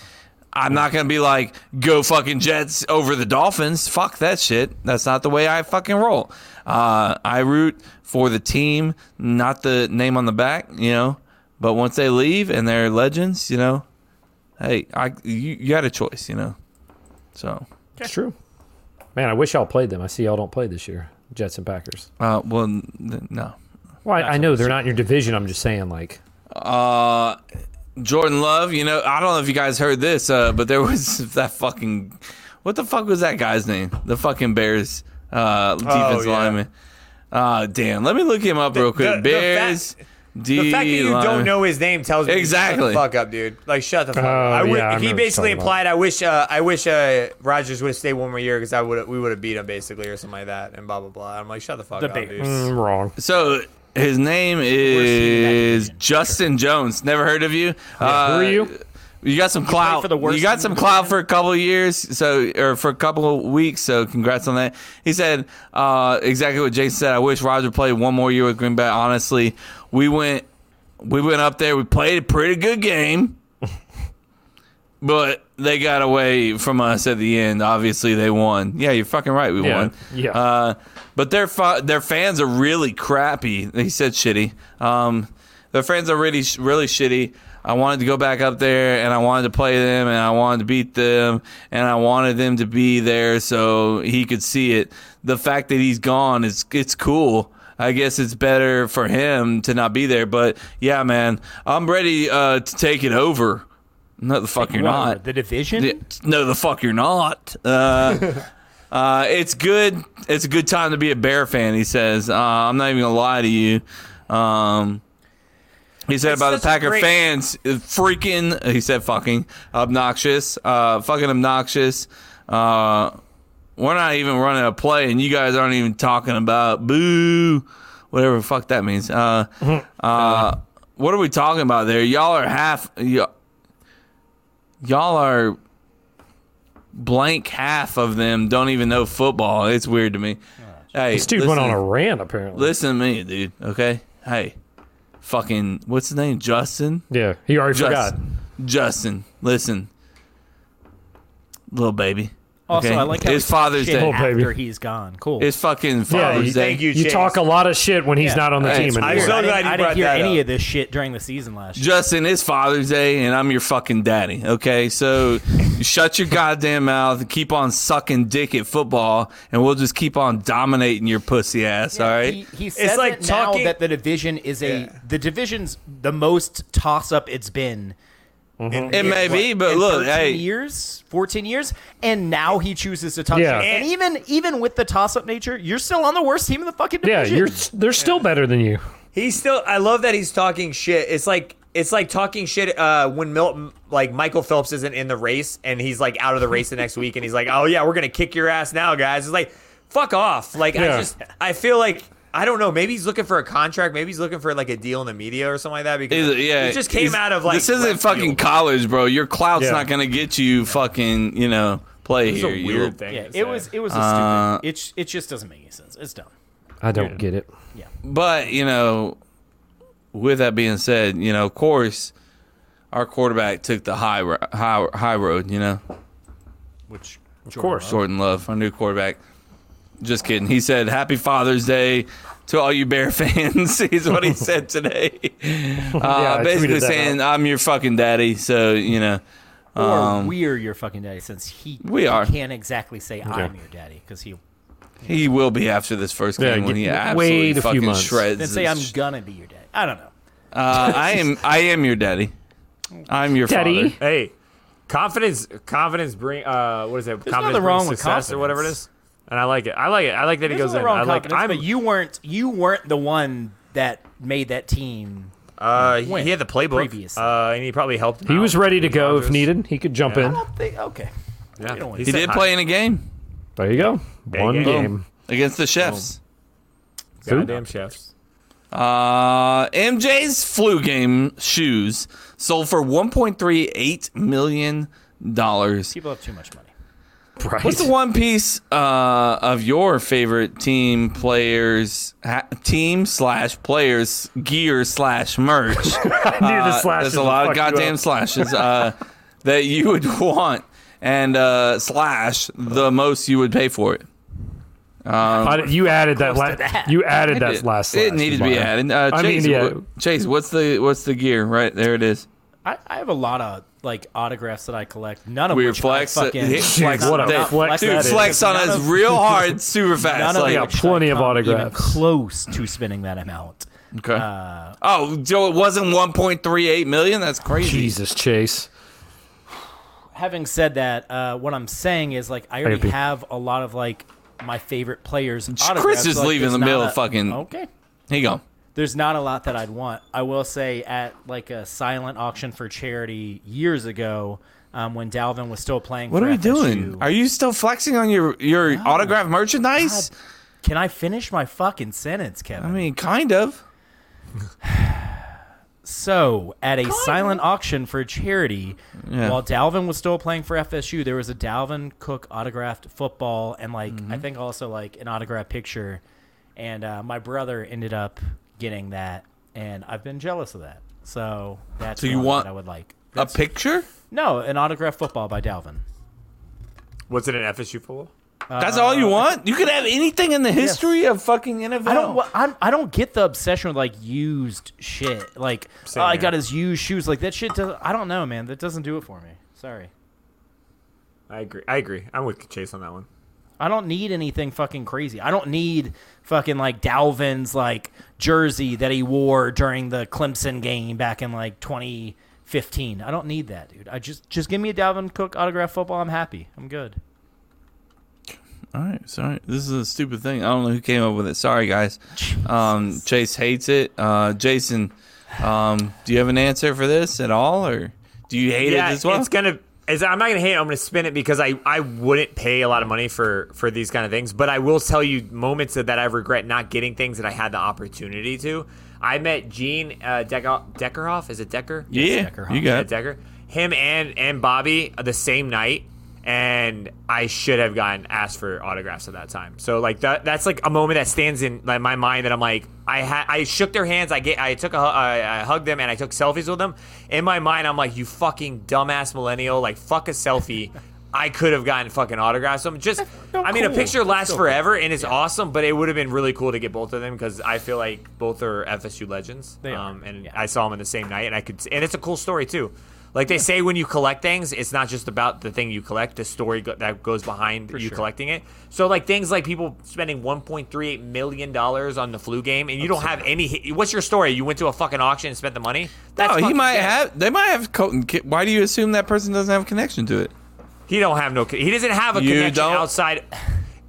[SPEAKER 2] I'm not gonna be like go fucking Jets over the Dolphins. Fuck that shit. That's not the way I fucking roll. Uh, I root for the team, not the name on the back. You know. But once they leave and they're legends, you know, hey, I you, you had a choice, you know. So,
[SPEAKER 3] It's true. Man, I wish y'all played them. I see y'all don't play this year. Jets and Packers.
[SPEAKER 2] uh, well, n- n- no.
[SPEAKER 3] Well, I, I know they're not in your division. I'm just saying, like,
[SPEAKER 2] Jordan Love, you know, I don't know if you guys heard this, uh, but there was that fucking, what the fuck was that guy's name? The fucking Bears uh, defense
[SPEAKER 4] Oh, yeah.
[SPEAKER 2] lineman. Uh, damn, let me look him up real quick.
[SPEAKER 4] the- the fact-
[SPEAKER 2] Bears.
[SPEAKER 4] The fact that you don't know his name tells me
[SPEAKER 2] Exactly.
[SPEAKER 4] Shut the fuck up, dude. Like shut the fuck
[SPEAKER 3] Oh,
[SPEAKER 4] up. I would,
[SPEAKER 3] yeah, I
[SPEAKER 4] he
[SPEAKER 3] remember
[SPEAKER 4] basically
[SPEAKER 3] talking about
[SPEAKER 4] implied I wish uh, I wish uh, Rogers would have stayed one more year because I would we would have beat him basically or something like that and blah blah blah. I'm like shut the fuck
[SPEAKER 6] The
[SPEAKER 4] up,
[SPEAKER 6] Bears.
[SPEAKER 4] dude.
[SPEAKER 3] I'm mm, wrong.
[SPEAKER 2] So his name is Justin Jones. Never heard of you.
[SPEAKER 3] Who are
[SPEAKER 2] Uh,
[SPEAKER 3] you?
[SPEAKER 2] You got some clout.
[SPEAKER 6] for the worst
[SPEAKER 2] you got
[SPEAKER 6] team
[SPEAKER 2] some
[SPEAKER 6] in the
[SPEAKER 2] clout for a couple of years, so or for a couple of weeks. So congrats on that. He said uh, exactly what Jason said. I wish Roger played one more year with Green Bay. Honestly, we went we went up there. We played a pretty good game, but they got away from us at the end. Obviously, they won. Yeah, you're fucking right. We
[SPEAKER 3] Yeah,
[SPEAKER 2] won.
[SPEAKER 3] yeah.
[SPEAKER 2] Uh, but their fa- their fans are really crappy. He said shitty. Um, their fans are really sh- really shitty. I wanted to go back up there and I wanted to play them and I wanted to beat them and I wanted them to be there so he could see it. The fact that he's gone is it's cool. I guess it's better for him to not be there. But yeah, man, I'm ready uh, to take it over. No, the fuck you're
[SPEAKER 6] Whatever.
[SPEAKER 2] not.
[SPEAKER 6] the division.
[SPEAKER 2] Yeah, No, the fuck you're not. Uh, uh, it's good. It's a good time to be a bear fan. He says. Uh, I'm not even gonna lie to you. Um, he said about the
[SPEAKER 4] such a
[SPEAKER 2] Packer
[SPEAKER 4] great-
[SPEAKER 2] fans, uh, freaking. He said fucking obnoxious. Uh, fucking obnoxious. Uh, we're not even running a play, and you guys aren't even talking about boo, whatever the fuck that means. Uh, uh, what are we talking about there? Y'all are half. Y- y'all are blank half of them don't even know football. It's weird to me. Hey,
[SPEAKER 3] This dude went on a rant, apparently.
[SPEAKER 2] listen to me, dude. Okay, hey, fucking what's his name? Justin.
[SPEAKER 3] yeah, he already forgot.
[SPEAKER 2] Justin. Justin, listen, little baby.
[SPEAKER 6] Also,
[SPEAKER 2] okay.
[SPEAKER 6] I like how
[SPEAKER 2] It's
[SPEAKER 6] we
[SPEAKER 2] Father's
[SPEAKER 6] shit
[SPEAKER 2] Day.
[SPEAKER 6] After
[SPEAKER 3] Oh, baby.
[SPEAKER 6] he's gone, cool.
[SPEAKER 2] It's fucking
[SPEAKER 3] Yeah,
[SPEAKER 2] Father's
[SPEAKER 3] you-
[SPEAKER 2] Day.
[SPEAKER 4] Thank you.
[SPEAKER 3] You
[SPEAKER 4] Chase.
[SPEAKER 3] talk a lot of shit when he's
[SPEAKER 6] Yeah.
[SPEAKER 3] not on the
[SPEAKER 2] Hey,
[SPEAKER 3] team
[SPEAKER 2] it's-
[SPEAKER 4] I'm
[SPEAKER 3] anymore.
[SPEAKER 4] so glad
[SPEAKER 6] I didn't,
[SPEAKER 4] you
[SPEAKER 6] I
[SPEAKER 4] brought
[SPEAKER 6] didn't hear
[SPEAKER 4] that
[SPEAKER 6] any
[SPEAKER 4] up.
[SPEAKER 6] of this shit during the season last year.
[SPEAKER 2] Justin, it's Father's Day, and I'm your fucking daddy. Okay, so shut your goddamn mouth and keep on sucking dick at football, and we'll just keep on dominating your pussy ass. all right.
[SPEAKER 6] He, he says
[SPEAKER 4] like
[SPEAKER 6] it now
[SPEAKER 4] talking-
[SPEAKER 6] that the division is a
[SPEAKER 4] Yeah.
[SPEAKER 6] the division's the most toss up it's been.
[SPEAKER 2] it may be, but
[SPEAKER 6] in
[SPEAKER 2] look,
[SPEAKER 6] 13
[SPEAKER 2] hey,
[SPEAKER 6] years, fourteen years, and now he chooses to toss.
[SPEAKER 3] Yeah.
[SPEAKER 6] Yeah. and even even with the toss up nature, you're still on the worst team in the fucking
[SPEAKER 3] Yeah,
[SPEAKER 6] division.
[SPEAKER 3] you're they're still better than you.
[SPEAKER 4] He's still. I love that he's talking shit. It's like it's like talking shit uh, when Milton, like Michael Phelps isn't in the race and he's like out of the race the next week and he's like, oh yeah, we're gonna kick your ass now, guys. It's like, fuck off. Like I
[SPEAKER 3] Yeah.
[SPEAKER 4] just I feel like I don't know. Maybe he's looking for a contract. Maybe he's looking for like a deal in the media or something like that. Because
[SPEAKER 2] He's- yeah,
[SPEAKER 4] he just came
[SPEAKER 2] he's-
[SPEAKER 4] out of like
[SPEAKER 2] this isn't
[SPEAKER 4] left
[SPEAKER 2] fucking
[SPEAKER 4] field.
[SPEAKER 2] college, bro. Your clout's
[SPEAKER 3] Yeah.
[SPEAKER 2] not gonna get you fucking you know play
[SPEAKER 3] It's
[SPEAKER 2] here.
[SPEAKER 3] a
[SPEAKER 2] you
[SPEAKER 3] weird
[SPEAKER 2] little-
[SPEAKER 3] thing.
[SPEAKER 6] Yeah,
[SPEAKER 3] to say.
[SPEAKER 6] it was it was a stupid.
[SPEAKER 2] Uh,
[SPEAKER 6] it sh- it just doesn't make any sense. It's dumb.
[SPEAKER 3] I don't get it.
[SPEAKER 2] But you know, with that being said, you know, of course, our quarterback took the high ro- high high road. You know,
[SPEAKER 6] Which
[SPEAKER 3] Of course.
[SPEAKER 2] Jordan Love, our new quarterback. Just kidding. He said, "Happy Father's Day to all you Bear fans." is what he said today. Uh,
[SPEAKER 3] I
[SPEAKER 2] basically
[SPEAKER 3] tweeted that
[SPEAKER 2] saying, "I'm your fucking daddy," so you know.
[SPEAKER 6] or we're your fucking daddy since he
[SPEAKER 2] Um, We
[SPEAKER 6] he
[SPEAKER 2] are.
[SPEAKER 6] can't exactly say I'm your daddy because he
[SPEAKER 2] He will be after this first game
[SPEAKER 3] Yeah,
[SPEAKER 2] when
[SPEAKER 3] get-
[SPEAKER 2] he
[SPEAKER 3] wait
[SPEAKER 2] absolutely
[SPEAKER 3] a few
[SPEAKER 2] fucking
[SPEAKER 3] months.
[SPEAKER 2] shreds.
[SPEAKER 6] then say
[SPEAKER 2] this
[SPEAKER 6] I'm
[SPEAKER 2] sh-
[SPEAKER 6] gonna be your daddy. I don't know.
[SPEAKER 2] uh, I am. I am your daddy. I'm your
[SPEAKER 3] Daddy.
[SPEAKER 2] father.
[SPEAKER 8] Hey, confidence, confidence bring. Uh, what is it? confidence
[SPEAKER 6] nothing wrong
[SPEAKER 8] brings
[SPEAKER 6] with
[SPEAKER 8] success or whatever it
[SPEAKER 6] confidence.
[SPEAKER 8] is. And I like it. I like it. I like that he
[SPEAKER 6] There's
[SPEAKER 8] goes in.
[SPEAKER 6] nothing wrong
[SPEAKER 8] I
[SPEAKER 6] with
[SPEAKER 8] like.
[SPEAKER 6] confidence,
[SPEAKER 8] I'm.
[SPEAKER 6] but you weren't you weren't the one that made that team.
[SPEAKER 4] Uh, he,
[SPEAKER 6] When?
[SPEAKER 4] he had the playbook.
[SPEAKER 6] Previously.
[SPEAKER 4] Uh, and he probably helped. him
[SPEAKER 3] He
[SPEAKER 4] out.
[SPEAKER 8] uh,
[SPEAKER 3] was ready to go if
[SPEAKER 4] Rodgers.
[SPEAKER 3] needed. He could jump
[SPEAKER 6] I
[SPEAKER 3] in.
[SPEAKER 6] don't think. Okay,
[SPEAKER 8] Yeah.
[SPEAKER 6] don't want
[SPEAKER 8] He
[SPEAKER 2] He
[SPEAKER 8] said
[SPEAKER 2] did
[SPEAKER 8] hi.
[SPEAKER 2] play in a game
[SPEAKER 3] There you go. One
[SPEAKER 8] yeah.
[SPEAKER 3] game.
[SPEAKER 2] against the Chefs.
[SPEAKER 8] Goddamn chefs.
[SPEAKER 2] Uh, MJ's flu game shoes sold for 1.38 million dollars.
[SPEAKER 6] people have too much money.
[SPEAKER 3] Right.
[SPEAKER 2] What's the one piece uh, of your favorite team players, ha- team slash players gear slash merch?
[SPEAKER 3] Dude, the
[SPEAKER 2] Uh,
[SPEAKER 3] slashes
[SPEAKER 2] There's a
[SPEAKER 3] will
[SPEAKER 2] lot of
[SPEAKER 3] fuck you up.
[SPEAKER 2] goddamn slashes uh, that you would want and uh, slash the most you would pay for it.
[SPEAKER 3] I- you added that, la- You added that last.
[SPEAKER 2] it
[SPEAKER 3] slash,
[SPEAKER 2] needed to be
[SPEAKER 3] Mario.
[SPEAKER 2] added. Uh,
[SPEAKER 3] I mean,
[SPEAKER 2] Chase,
[SPEAKER 3] yeah.
[SPEAKER 2] wh- Chase, what's the what's the gear? Right there, it is.
[SPEAKER 6] I, I have a lot of like autographs that I collect. None of
[SPEAKER 2] Weird
[SPEAKER 6] which
[SPEAKER 2] flex.
[SPEAKER 6] I fucking
[SPEAKER 2] Hit flex.
[SPEAKER 6] I'm
[SPEAKER 3] what a
[SPEAKER 6] not
[SPEAKER 3] Oh, flex
[SPEAKER 2] Dude,
[SPEAKER 3] that is.
[SPEAKER 2] flex on
[SPEAKER 6] None
[SPEAKER 2] us
[SPEAKER 6] of-
[SPEAKER 2] real hard, super fast.
[SPEAKER 6] None of
[SPEAKER 2] like-
[SPEAKER 3] Yeah,
[SPEAKER 6] which
[SPEAKER 3] plenty
[SPEAKER 6] I
[SPEAKER 3] of
[SPEAKER 6] come Even
[SPEAKER 3] autographs.
[SPEAKER 6] close to spending that amount.
[SPEAKER 2] okay.
[SPEAKER 6] Uh,
[SPEAKER 2] oh, Joe, it wasn't 1.38 million. That's crazy.
[SPEAKER 3] Jesus, Chase.
[SPEAKER 6] having said that, uh, what I'm saying is like I already
[SPEAKER 3] gotta pee.
[SPEAKER 6] have a lot of like my favorite players.
[SPEAKER 2] Chris
[SPEAKER 6] autographs,
[SPEAKER 2] is
[SPEAKER 6] so, like,
[SPEAKER 2] leaving
[SPEAKER 6] there's
[SPEAKER 2] the middle
[SPEAKER 6] not
[SPEAKER 2] of fucking-
[SPEAKER 6] Okay.
[SPEAKER 2] Here you go.
[SPEAKER 6] There's not a lot that I'd want. I will say at like a silent auction for charity years ago, um, when Dalvin was still playing.
[SPEAKER 2] What
[SPEAKER 6] for
[SPEAKER 2] are we
[SPEAKER 6] FSU,
[SPEAKER 2] doing? Are you still flexing on your your autograph merchandise?
[SPEAKER 6] Can I finish my fucking sentence, Kevin?
[SPEAKER 2] I mean, kind of.
[SPEAKER 6] So, at a silent auction for charity, while Dalvin was still playing for FSU, there was a Dalvin Cook autographed football and, like,
[SPEAKER 2] Mm-hmm.
[SPEAKER 6] I think also, like, an autographed picture. And uh, my brother ended up getting that, and I've been jealous of that. So, that's
[SPEAKER 2] So you
[SPEAKER 6] one
[SPEAKER 2] want
[SPEAKER 6] that I would like.
[SPEAKER 2] A picture?
[SPEAKER 6] No, an autographed football by Dalvin.
[SPEAKER 8] What's it an FSU football?
[SPEAKER 2] That's all you want? You could have anything in the history of fucking NFL.
[SPEAKER 6] I don't. wa- I'm- I don't get the obsession with like used shit. Like oh, I
[SPEAKER 8] here.
[SPEAKER 6] got his used shoes. Like that shit. Does, I don't know, man. That doesn't do it for me. Sorry.
[SPEAKER 8] I agree. I agree. I'm with Chase on that one.
[SPEAKER 6] I don't need anything fucking crazy. I don't need fucking like Dalvin's like jersey that he wore during the Clemson game back in like 2015. I don't need that, dude. I just just give me a Dalvin Cook autograph football. I'm happy. I'm good.
[SPEAKER 2] All right, sorry. This is a stupid thing. I don't know who came up with it. Sorry, guys. Um, Chase hates it. Uh, Jason, um, do you have an answer for this at all, or do you hate it as well?
[SPEAKER 8] It's gonna. It's, I'm not gonna hate. it. I'm gonna spin it because I, I wouldn't pay a lot of money for for these kind of things. But I will tell you moments that, that I regret not getting things that I had the opportunity to. I met Gene uh, Decker, Deckerhoff. Is it Decker?
[SPEAKER 2] yeah,
[SPEAKER 6] Decker,
[SPEAKER 2] you
[SPEAKER 8] Yeah,
[SPEAKER 2] got it.
[SPEAKER 8] Decker. Him and and Bobby the same night, and I should have gotten asked for autographs at that time. So like that that's like a moment that stands in like my mind that I'm like I ha- I shook their hands. I get I took a hu- I, I hugged them and I took selfies with them. In my mind, I'm like you fucking dumbass millennial. Like fuck a selfie. I could have gotten fucking autographs. So I'm just, I mean, a picture lasts forever and it's awesome, but it would have been really cool to get both of them because I feel like both are FSU legends.
[SPEAKER 6] They are,
[SPEAKER 8] Um, and
[SPEAKER 6] yeah.
[SPEAKER 8] I saw them in the same night, and I could, and it's a cool story too. Like they say, when you collect things, it's not just about the thing you collect; the story go- that goes behind you collecting it. So, like things like people spending 1.38 million dollars on the flu game, and you don't have any. What's your story? You went to a fucking auction and spent the money. That's
[SPEAKER 2] No, Oh, he
[SPEAKER 8] fucking
[SPEAKER 2] might
[SPEAKER 8] dead.
[SPEAKER 2] have. They might have. Co- why do you assume that person doesn't have a connection to it?
[SPEAKER 8] He don't have no. He doesn't have a
[SPEAKER 2] You
[SPEAKER 8] connection
[SPEAKER 2] don't-
[SPEAKER 8] outside.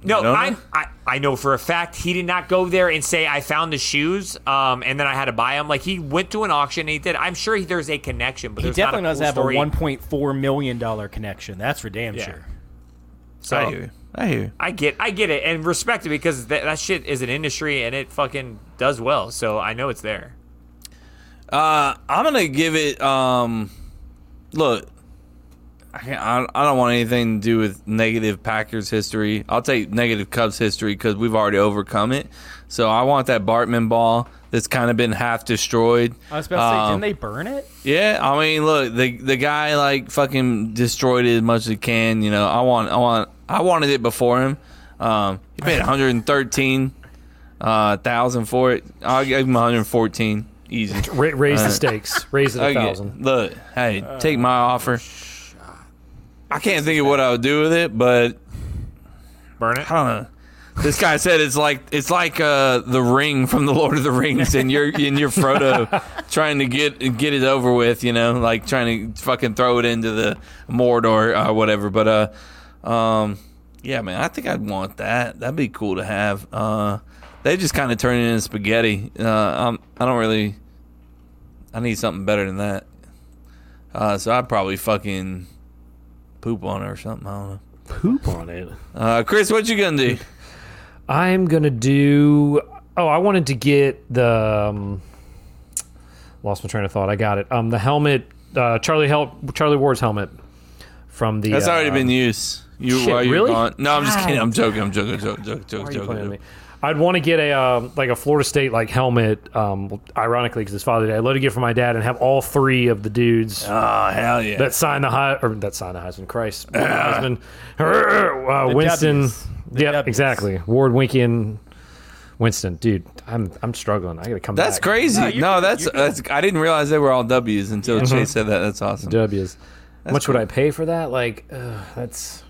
[SPEAKER 8] No,
[SPEAKER 2] You don't
[SPEAKER 8] I'm.
[SPEAKER 2] know?
[SPEAKER 8] I, I know for a fact he did not go there and say I found the shoes, um, and then I had to buy them. Like he went to an auction and he did. I'm sure he, there's a connection, but
[SPEAKER 6] He
[SPEAKER 8] there's
[SPEAKER 6] definitely
[SPEAKER 8] not a
[SPEAKER 6] does
[SPEAKER 8] full
[SPEAKER 6] have
[SPEAKER 8] story.
[SPEAKER 6] a $1.4 million connection. That's for damn
[SPEAKER 8] Yeah.
[SPEAKER 6] sure.
[SPEAKER 8] So
[SPEAKER 2] I hear you. I hear you.
[SPEAKER 8] I get, I get it, and respect it because that, that shit is an industry and it fucking does well. So I know it's there.
[SPEAKER 2] Uh, I'm gonna give it. Um, look, I can't. I, I don't want anything to do with negative Packers history. I'll take negative Cubs history because we've already overcome it. So I want that Bartman ball that's kind of been half destroyed.
[SPEAKER 6] I was about to say, didn't
[SPEAKER 2] Um,
[SPEAKER 6] they burn it?
[SPEAKER 2] Yeah, I mean, look, the the guy like fucking destroyed it as much as he can. You know, I want, I want, I wanted it before him. Um, he paid 113 uh, thousand for it. I'll give him 114, easy.
[SPEAKER 3] Ra- raise the stakes. Raise it a
[SPEAKER 2] Uh, Okay,
[SPEAKER 3] thousand.
[SPEAKER 2] Oh, Look, hey,
[SPEAKER 8] Uh,
[SPEAKER 2] take my offer. I can't think of what I would do with it, but
[SPEAKER 8] Burn it.
[SPEAKER 2] I don't know. This guy said it's like it's like uh, the ring from the Lord of the Rings, and you're and you're Frodo trying to get get it over with, you know, like trying to fucking throw it into the Mordor or whatever. But uh, um, yeah, man, I think I'd want that. That'd be cool to have. Uh, they just kind of turn it into spaghetti. Uh, I'm, I don't really. I need something better than that. Uh, so I'd probably fucking poop on it or something. I don't know.
[SPEAKER 3] Poop on it.
[SPEAKER 2] Uh, Chris, what you gonna do?
[SPEAKER 3] I'm gonna do. Oh, I wanted to get the. Um, lost my train of thought. I got it. Um, the helmet. Uh, Charlie Hel- Charlie Ward's helmet from the.
[SPEAKER 2] That's already
[SPEAKER 3] uh,
[SPEAKER 2] been used. You
[SPEAKER 3] shit,
[SPEAKER 2] while you're
[SPEAKER 3] really?
[SPEAKER 2] gone. No, I'm just kidding. I'm joking. I'm joking. Joking. Joking. Joking.
[SPEAKER 3] Are you playing
[SPEAKER 2] joking.
[SPEAKER 3] me? I'd want to get a um like a Florida State like helmet. Um, ironically, because it's Father's Day, I'd love to get for my dad and have all three of the dudes
[SPEAKER 2] Oh hell yeah!
[SPEAKER 3] that signed the high or that signed the Heisman. Christ, the
[SPEAKER 2] Ah.
[SPEAKER 3] Heisman. Uh, Winston.
[SPEAKER 6] Ws. The
[SPEAKER 3] Yeah,
[SPEAKER 6] Ws.
[SPEAKER 3] exactly. Ward, Winkie, and Winston. Dude, I'm I'm struggling. I gotta come.
[SPEAKER 2] that's
[SPEAKER 3] back.
[SPEAKER 2] crazy. No, that's that's. I didn't realize they were all W's until
[SPEAKER 3] Uh-huh.
[SPEAKER 2] Chase said that. That's awesome.
[SPEAKER 3] W's. How much would I pay for that? Like, uh, that's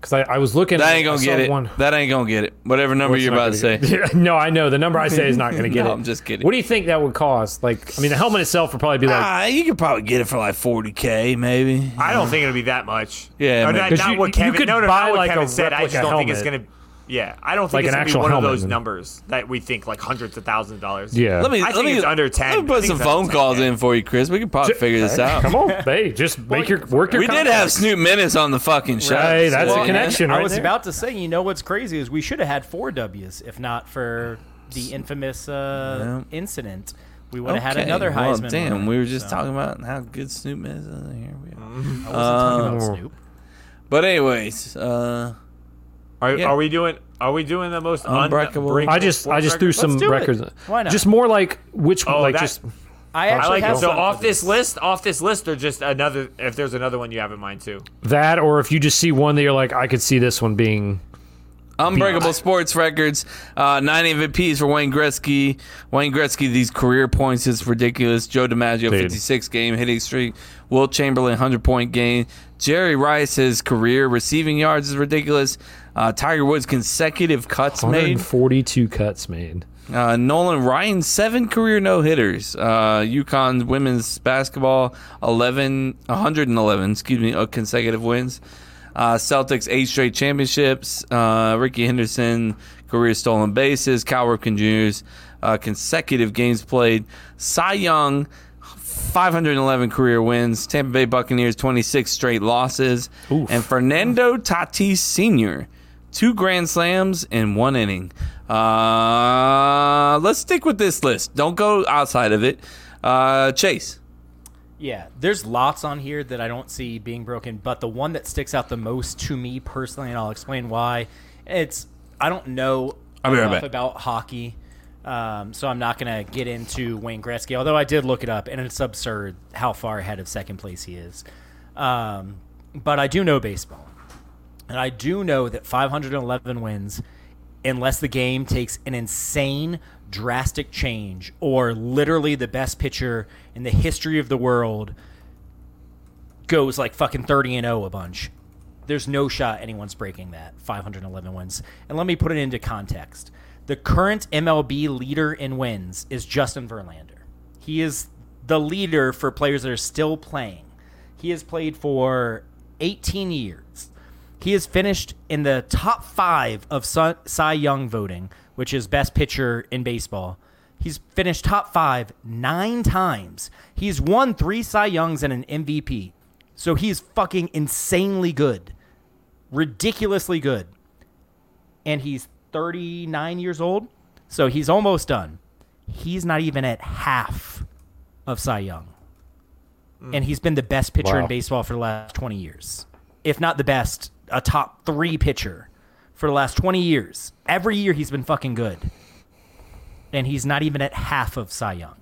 [SPEAKER 3] because I, I was looking.
[SPEAKER 2] That ain't
[SPEAKER 3] I
[SPEAKER 2] gonna
[SPEAKER 3] saw
[SPEAKER 2] get it.
[SPEAKER 3] One.
[SPEAKER 2] That ain't gonna get it. Whatever number you're about to say.
[SPEAKER 3] Yeah, no, I know the number I say is not gonna get
[SPEAKER 2] No,
[SPEAKER 3] it.
[SPEAKER 2] I'm just kidding.
[SPEAKER 3] What do you think that would cost? Like, I mean, the helmet itself would probably be like.
[SPEAKER 2] Ah, you could probably get it for like 40k, maybe.
[SPEAKER 8] I don't think it'll be that much.
[SPEAKER 2] Yeah,
[SPEAKER 8] Or
[SPEAKER 2] man.
[SPEAKER 8] not,
[SPEAKER 3] 'Cause
[SPEAKER 8] not
[SPEAKER 3] you-
[SPEAKER 8] what
[SPEAKER 3] you
[SPEAKER 8] Kevin.
[SPEAKER 3] could
[SPEAKER 8] no, no,
[SPEAKER 3] buy,
[SPEAKER 8] not what
[SPEAKER 3] like,
[SPEAKER 8] Kevin
[SPEAKER 3] a
[SPEAKER 8] said. I just
[SPEAKER 3] replica
[SPEAKER 8] don't think it's
[SPEAKER 3] helmet.
[SPEAKER 8] gonna. Yeah, I don't think
[SPEAKER 3] Like
[SPEAKER 8] it's
[SPEAKER 3] an
[SPEAKER 8] gonna be
[SPEAKER 3] actual
[SPEAKER 8] one
[SPEAKER 3] helmet,
[SPEAKER 8] of those
[SPEAKER 3] then.
[SPEAKER 8] numbers that we think like hundreds of thousands of dollars.
[SPEAKER 3] yeah.
[SPEAKER 2] Let me.
[SPEAKER 8] I
[SPEAKER 2] let
[SPEAKER 8] think
[SPEAKER 2] me,
[SPEAKER 8] it's under 10.
[SPEAKER 2] Let me
[SPEAKER 8] I
[SPEAKER 2] put
[SPEAKER 8] think
[SPEAKER 2] some
[SPEAKER 8] it's under
[SPEAKER 2] phone
[SPEAKER 8] 10,
[SPEAKER 2] calls
[SPEAKER 8] yeah.
[SPEAKER 2] in for you, Chris. We could probably figure this out.
[SPEAKER 3] Come on, hey, just make your work your.
[SPEAKER 2] We did have Snoop Menace on the fucking show.
[SPEAKER 3] Hey, that's
[SPEAKER 2] Well,
[SPEAKER 3] a connection right
[SPEAKER 6] I was
[SPEAKER 3] there.
[SPEAKER 6] about to say, you know what's crazy is we should have had four W's if not for the infamous uh, incident. We would
[SPEAKER 2] Okay.
[SPEAKER 6] have had another
[SPEAKER 2] well,
[SPEAKER 6] Heisman.
[SPEAKER 2] damn,
[SPEAKER 6] winner.
[SPEAKER 2] we were just
[SPEAKER 6] So,
[SPEAKER 2] talking about how good Snoop Menace is. and Here we are.
[SPEAKER 6] I wasn't talking
[SPEAKER 8] Um,
[SPEAKER 3] Oh.
[SPEAKER 6] about Snoop.
[SPEAKER 2] But anyways, uh,
[SPEAKER 8] Are,
[SPEAKER 2] Yeah.
[SPEAKER 8] are we doing? Are we doing the most
[SPEAKER 2] Unbreakable.
[SPEAKER 8] unbreakable?
[SPEAKER 3] I just I just threw
[SPEAKER 8] record?
[SPEAKER 3] some
[SPEAKER 6] do it.
[SPEAKER 3] records.
[SPEAKER 6] Why not?
[SPEAKER 3] Just more like which
[SPEAKER 8] Oh,
[SPEAKER 3] like
[SPEAKER 8] that-
[SPEAKER 3] just
[SPEAKER 6] I actually
[SPEAKER 8] I like
[SPEAKER 6] have
[SPEAKER 8] it. So
[SPEAKER 6] something
[SPEAKER 8] off
[SPEAKER 6] for
[SPEAKER 8] this list, off this list, or just another. If there's another one you have in mind too.
[SPEAKER 3] that or if you just see one that you're like I could see this one being
[SPEAKER 2] Unbreakable sports records. Uh, nine MVPs for Wayne Gretzky. Wayne Gretzky, these career points is ridiculous. Joe DiMaggio,
[SPEAKER 3] Dude.
[SPEAKER 2] 56 game hitting streak. Will Chamberlain, 100 point game. Jerry Rice, his career receiving yards is ridiculous. Uh, Tiger Woods, consecutive cuts made.
[SPEAKER 3] 142 cuts made.
[SPEAKER 2] Uh, Nolan Ryan, seven career no hitters. Uh, UConn women's basketball, 11, 111, excuse me, uh, consecutive wins. Uh, Celtics, eight straight championships. Uh, Ricky Henderson, career stolen bases. Cal Ripken Jr.'s uh, consecutive games played. Cy Young, 511 career wins. Tampa Bay Buccaneers, 26 straight losses. And Fernando Tatis Sr., two grand slams in one inning. Uh, let's stick with this list. Don't go outside of it. Uh, Chase.
[SPEAKER 6] Yeah, there's lots on here that I don't see being broken, but the one that sticks out the most to me personally, and I'll explain why. It's I don't know
[SPEAKER 2] I'll be right
[SPEAKER 6] enough
[SPEAKER 2] back.
[SPEAKER 6] about hockey, um, so I'm not gonna get into Wayne Gretzky. Although I did look it up, and it's absurd how far ahead of second place he is. Um, but I do know baseball, and I do know that 511 wins, unless the game takes an insane, drastic change, or literally the best pitcher in the history of the world goes like fucking 30 and 0 a bunch. There's no shot anyone's breaking that 511 wins. And let me put it into context. The current MLB leader in wins is Justin Verlander. He is the leader for players that are still playing. He has played for 18 years. He is finished in the top five of Cy Cy Young voting, which is best pitcher in baseball. He's finished top five nine times. He's won three Cy Youngs and an MVP. So he's fucking insanely good, ridiculously good. And he's 39 years old. So he's almost done. He's not even at half of Cy Young. And he's been the best pitcher
[SPEAKER 3] Wow.
[SPEAKER 6] in baseball for the last 20 years, if not the best, a top three pitcher for the last 20 years. Every year he's been fucking good. And he's not even at half of Cy Young.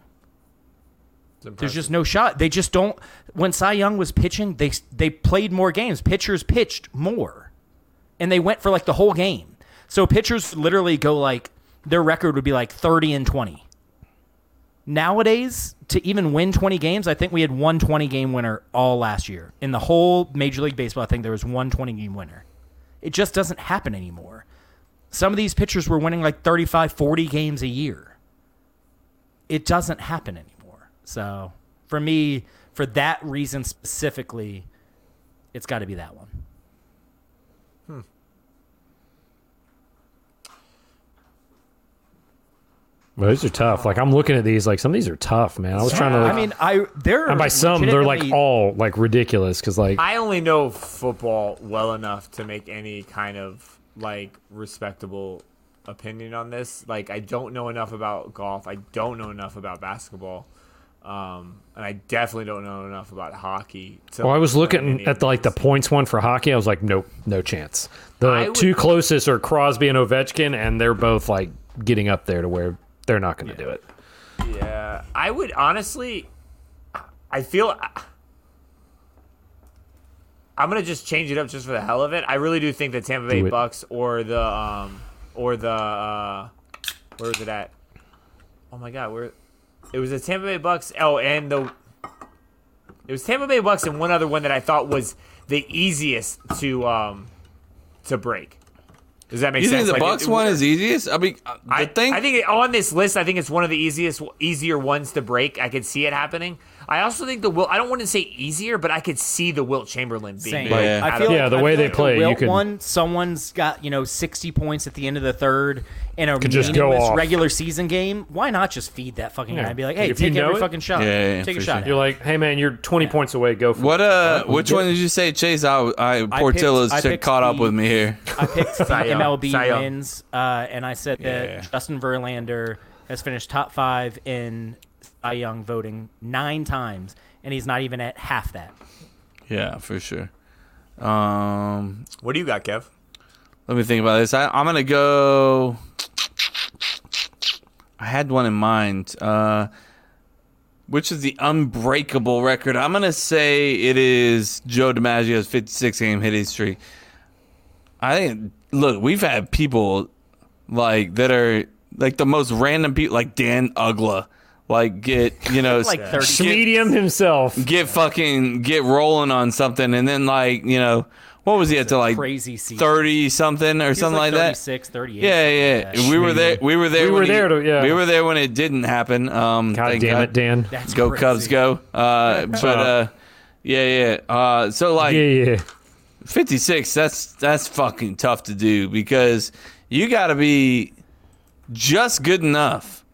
[SPEAKER 6] There's just no shot. They just don't. When Cy Young was pitching, they they played more games. Pitchers pitched more, and they went for like the whole game. So pitchers literally go like their record would be like 30 and 20. Nowadays, to even win 20 games, I think we had one 20 game winner all last year in the whole Major League Baseball. I think there was one 20 game winner. It just doesn't happen anymore. Some of these pitchers were winning like 35, 40 games a year it doesn't happen anymore. So for me, for that reason specifically, it's got to be that one.
[SPEAKER 3] Well, these are tough. Like I'm looking at these, like some of these are tough, man. I was trying to. Like,
[SPEAKER 6] I mean, I there are
[SPEAKER 3] and by some, they're like
[SPEAKER 6] legitimately-
[SPEAKER 3] all like ridiculous because like
[SPEAKER 8] I only know football well enough to make any kind of like respectable opinion on this. Like I don't know enough about golf. I don't know enough about basketball. Um, and I definitely don't know enough about hockey. to
[SPEAKER 3] Well, Oh, I was
[SPEAKER 8] learn
[SPEAKER 3] looking
[SPEAKER 8] any
[SPEAKER 3] at
[SPEAKER 8] of
[SPEAKER 3] the, like the
[SPEAKER 8] these.
[SPEAKER 3] points one for hockey. I was like, nope, no chance. The
[SPEAKER 8] I would-
[SPEAKER 3] two closest are Crosby and Ovechkin, and they're both like getting up there to where they're not going to do it.
[SPEAKER 8] Yeah, I would honestly. I feel. I'm gonna just change it up just for the hell of it. I really do think the Tampa Bay
[SPEAKER 3] Do it.
[SPEAKER 8] Bucks or the um or the uh, where was it at? Oh my God, where? It was the Tampa Bay Bucks. Oh, and the. It was Tampa Bay Bucks and one other one that I thought was the easiest to um to break. Does that make
[SPEAKER 2] You think
[SPEAKER 8] sense?
[SPEAKER 2] the
[SPEAKER 8] Like, it-
[SPEAKER 2] Bucks
[SPEAKER 8] it-
[SPEAKER 2] one is easiest? I mean, uh, the
[SPEAKER 8] I
[SPEAKER 2] thing
[SPEAKER 8] I think it- on this list, I think it's one of the easiest, easier ones to break. I could see it happening. I also think the will. I don't want to say easier, but I could see the Will Chamberlain being.
[SPEAKER 6] Same.
[SPEAKER 8] like,
[SPEAKER 2] Yeah.
[SPEAKER 8] out
[SPEAKER 6] I
[SPEAKER 8] of
[SPEAKER 6] feel
[SPEAKER 3] Yeah,
[SPEAKER 6] like-
[SPEAKER 3] the
[SPEAKER 6] I
[SPEAKER 3] way
[SPEAKER 6] feel
[SPEAKER 3] they
[SPEAKER 6] like the
[SPEAKER 3] play, you
[SPEAKER 6] Wilt
[SPEAKER 3] can-
[SPEAKER 6] one someone's got you know sixty points at the end of the third in a
[SPEAKER 3] Could just go
[SPEAKER 6] meaningless
[SPEAKER 3] off.
[SPEAKER 6] regular season game. Why not just feed that fucking
[SPEAKER 3] Yeah.
[SPEAKER 6] guy and be like, hey,
[SPEAKER 3] If you
[SPEAKER 6] take
[SPEAKER 3] know
[SPEAKER 6] every
[SPEAKER 3] it-
[SPEAKER 6] fucking shot,
[SPEAKER 2] Yeah, yeah, yeah,
[SPEAKER 6] take a
[SPEAKER 2] for
[SPEAKER 6] shot.
[SPEAKER 2] sure.
[SPEAKER 3] You're like, hey man, you're 20 points away. Go for
[SPEAKER 2] what
[SPEAKER 3] it.
[SPEAKER 2] uh which one did you say Chase I I Portillo's
[SPEAKER 6] I
[SPEAKER 2] just
[SPEAKER 6] picked
[SPEAKER 2] caught up
[SPEAKER 6] the-
[SPEAKER 2] with me here.
[SPEAKER 6] I picked the
[SPEAKER 8] Young.
[SPEAKER 6] MLB
[SPEAKER 8] Cy Young.
[SPEAKER 6] wins, uh, and I said that
[SPEAKER 2] Yeah.
[SPEAKER 6] Justin Verlander has finished top five in Cy Young voting nine times, and he's not even at half that.
[SPEAKER 2] Yeah, for sure. Um
[SPEAKER 8] What do you got, Kev?
[SPEAKER 2] let me think about this. I, I'm gonna go I had one in mind. Uh which is the unbreakable record? I'm gonna say it is Joe DiMaggio's 56 game hitting streak. I think. Look, we've had people like that are like the most random people, like Dan Ugla, like get you know
[SPEAKER 6] Like 30.
[SPEAKER 2] get-
[SPEAKER 3] Medium himself.
[SPEAKER 2] get fucking get rolling on something and then like you know what was he at to like
[SPEAKER 6] crazy season.
[SPEAKER 2] 30 something or
[SPEAKER 6] He's
[SPEAKER 2] something like, that
[SPEAKER 6] 36, 38.
[SPEAKER 2] yeah yeah,
[SPEAKER 6] something like that.
[SPEAKER 2] we were there we were there
[SPEAKER 3] We
[SPEAKER 2] when
[SPEAKER 3] were there
[SPEAKER 2] he-
[SPEAKER 3] to- yeah.
[SPEAKER 2] we were there when it didn't happen um
[SPEAKER 3] God
[SPEAKER 2] thank
[SPEAKER 3] damn it, Dan.
[SPEAKER 6] That's
[SPEAKER 2] go
[SPEAKER 6] crazy.
[SPEAKER 2] cubs go uh but uh yeah yeah uh so like
[SPEAKER 3] Yeah, yeah.
[SPEAKER 2] 56 that's that's fucking tough to do because you got to be just good enough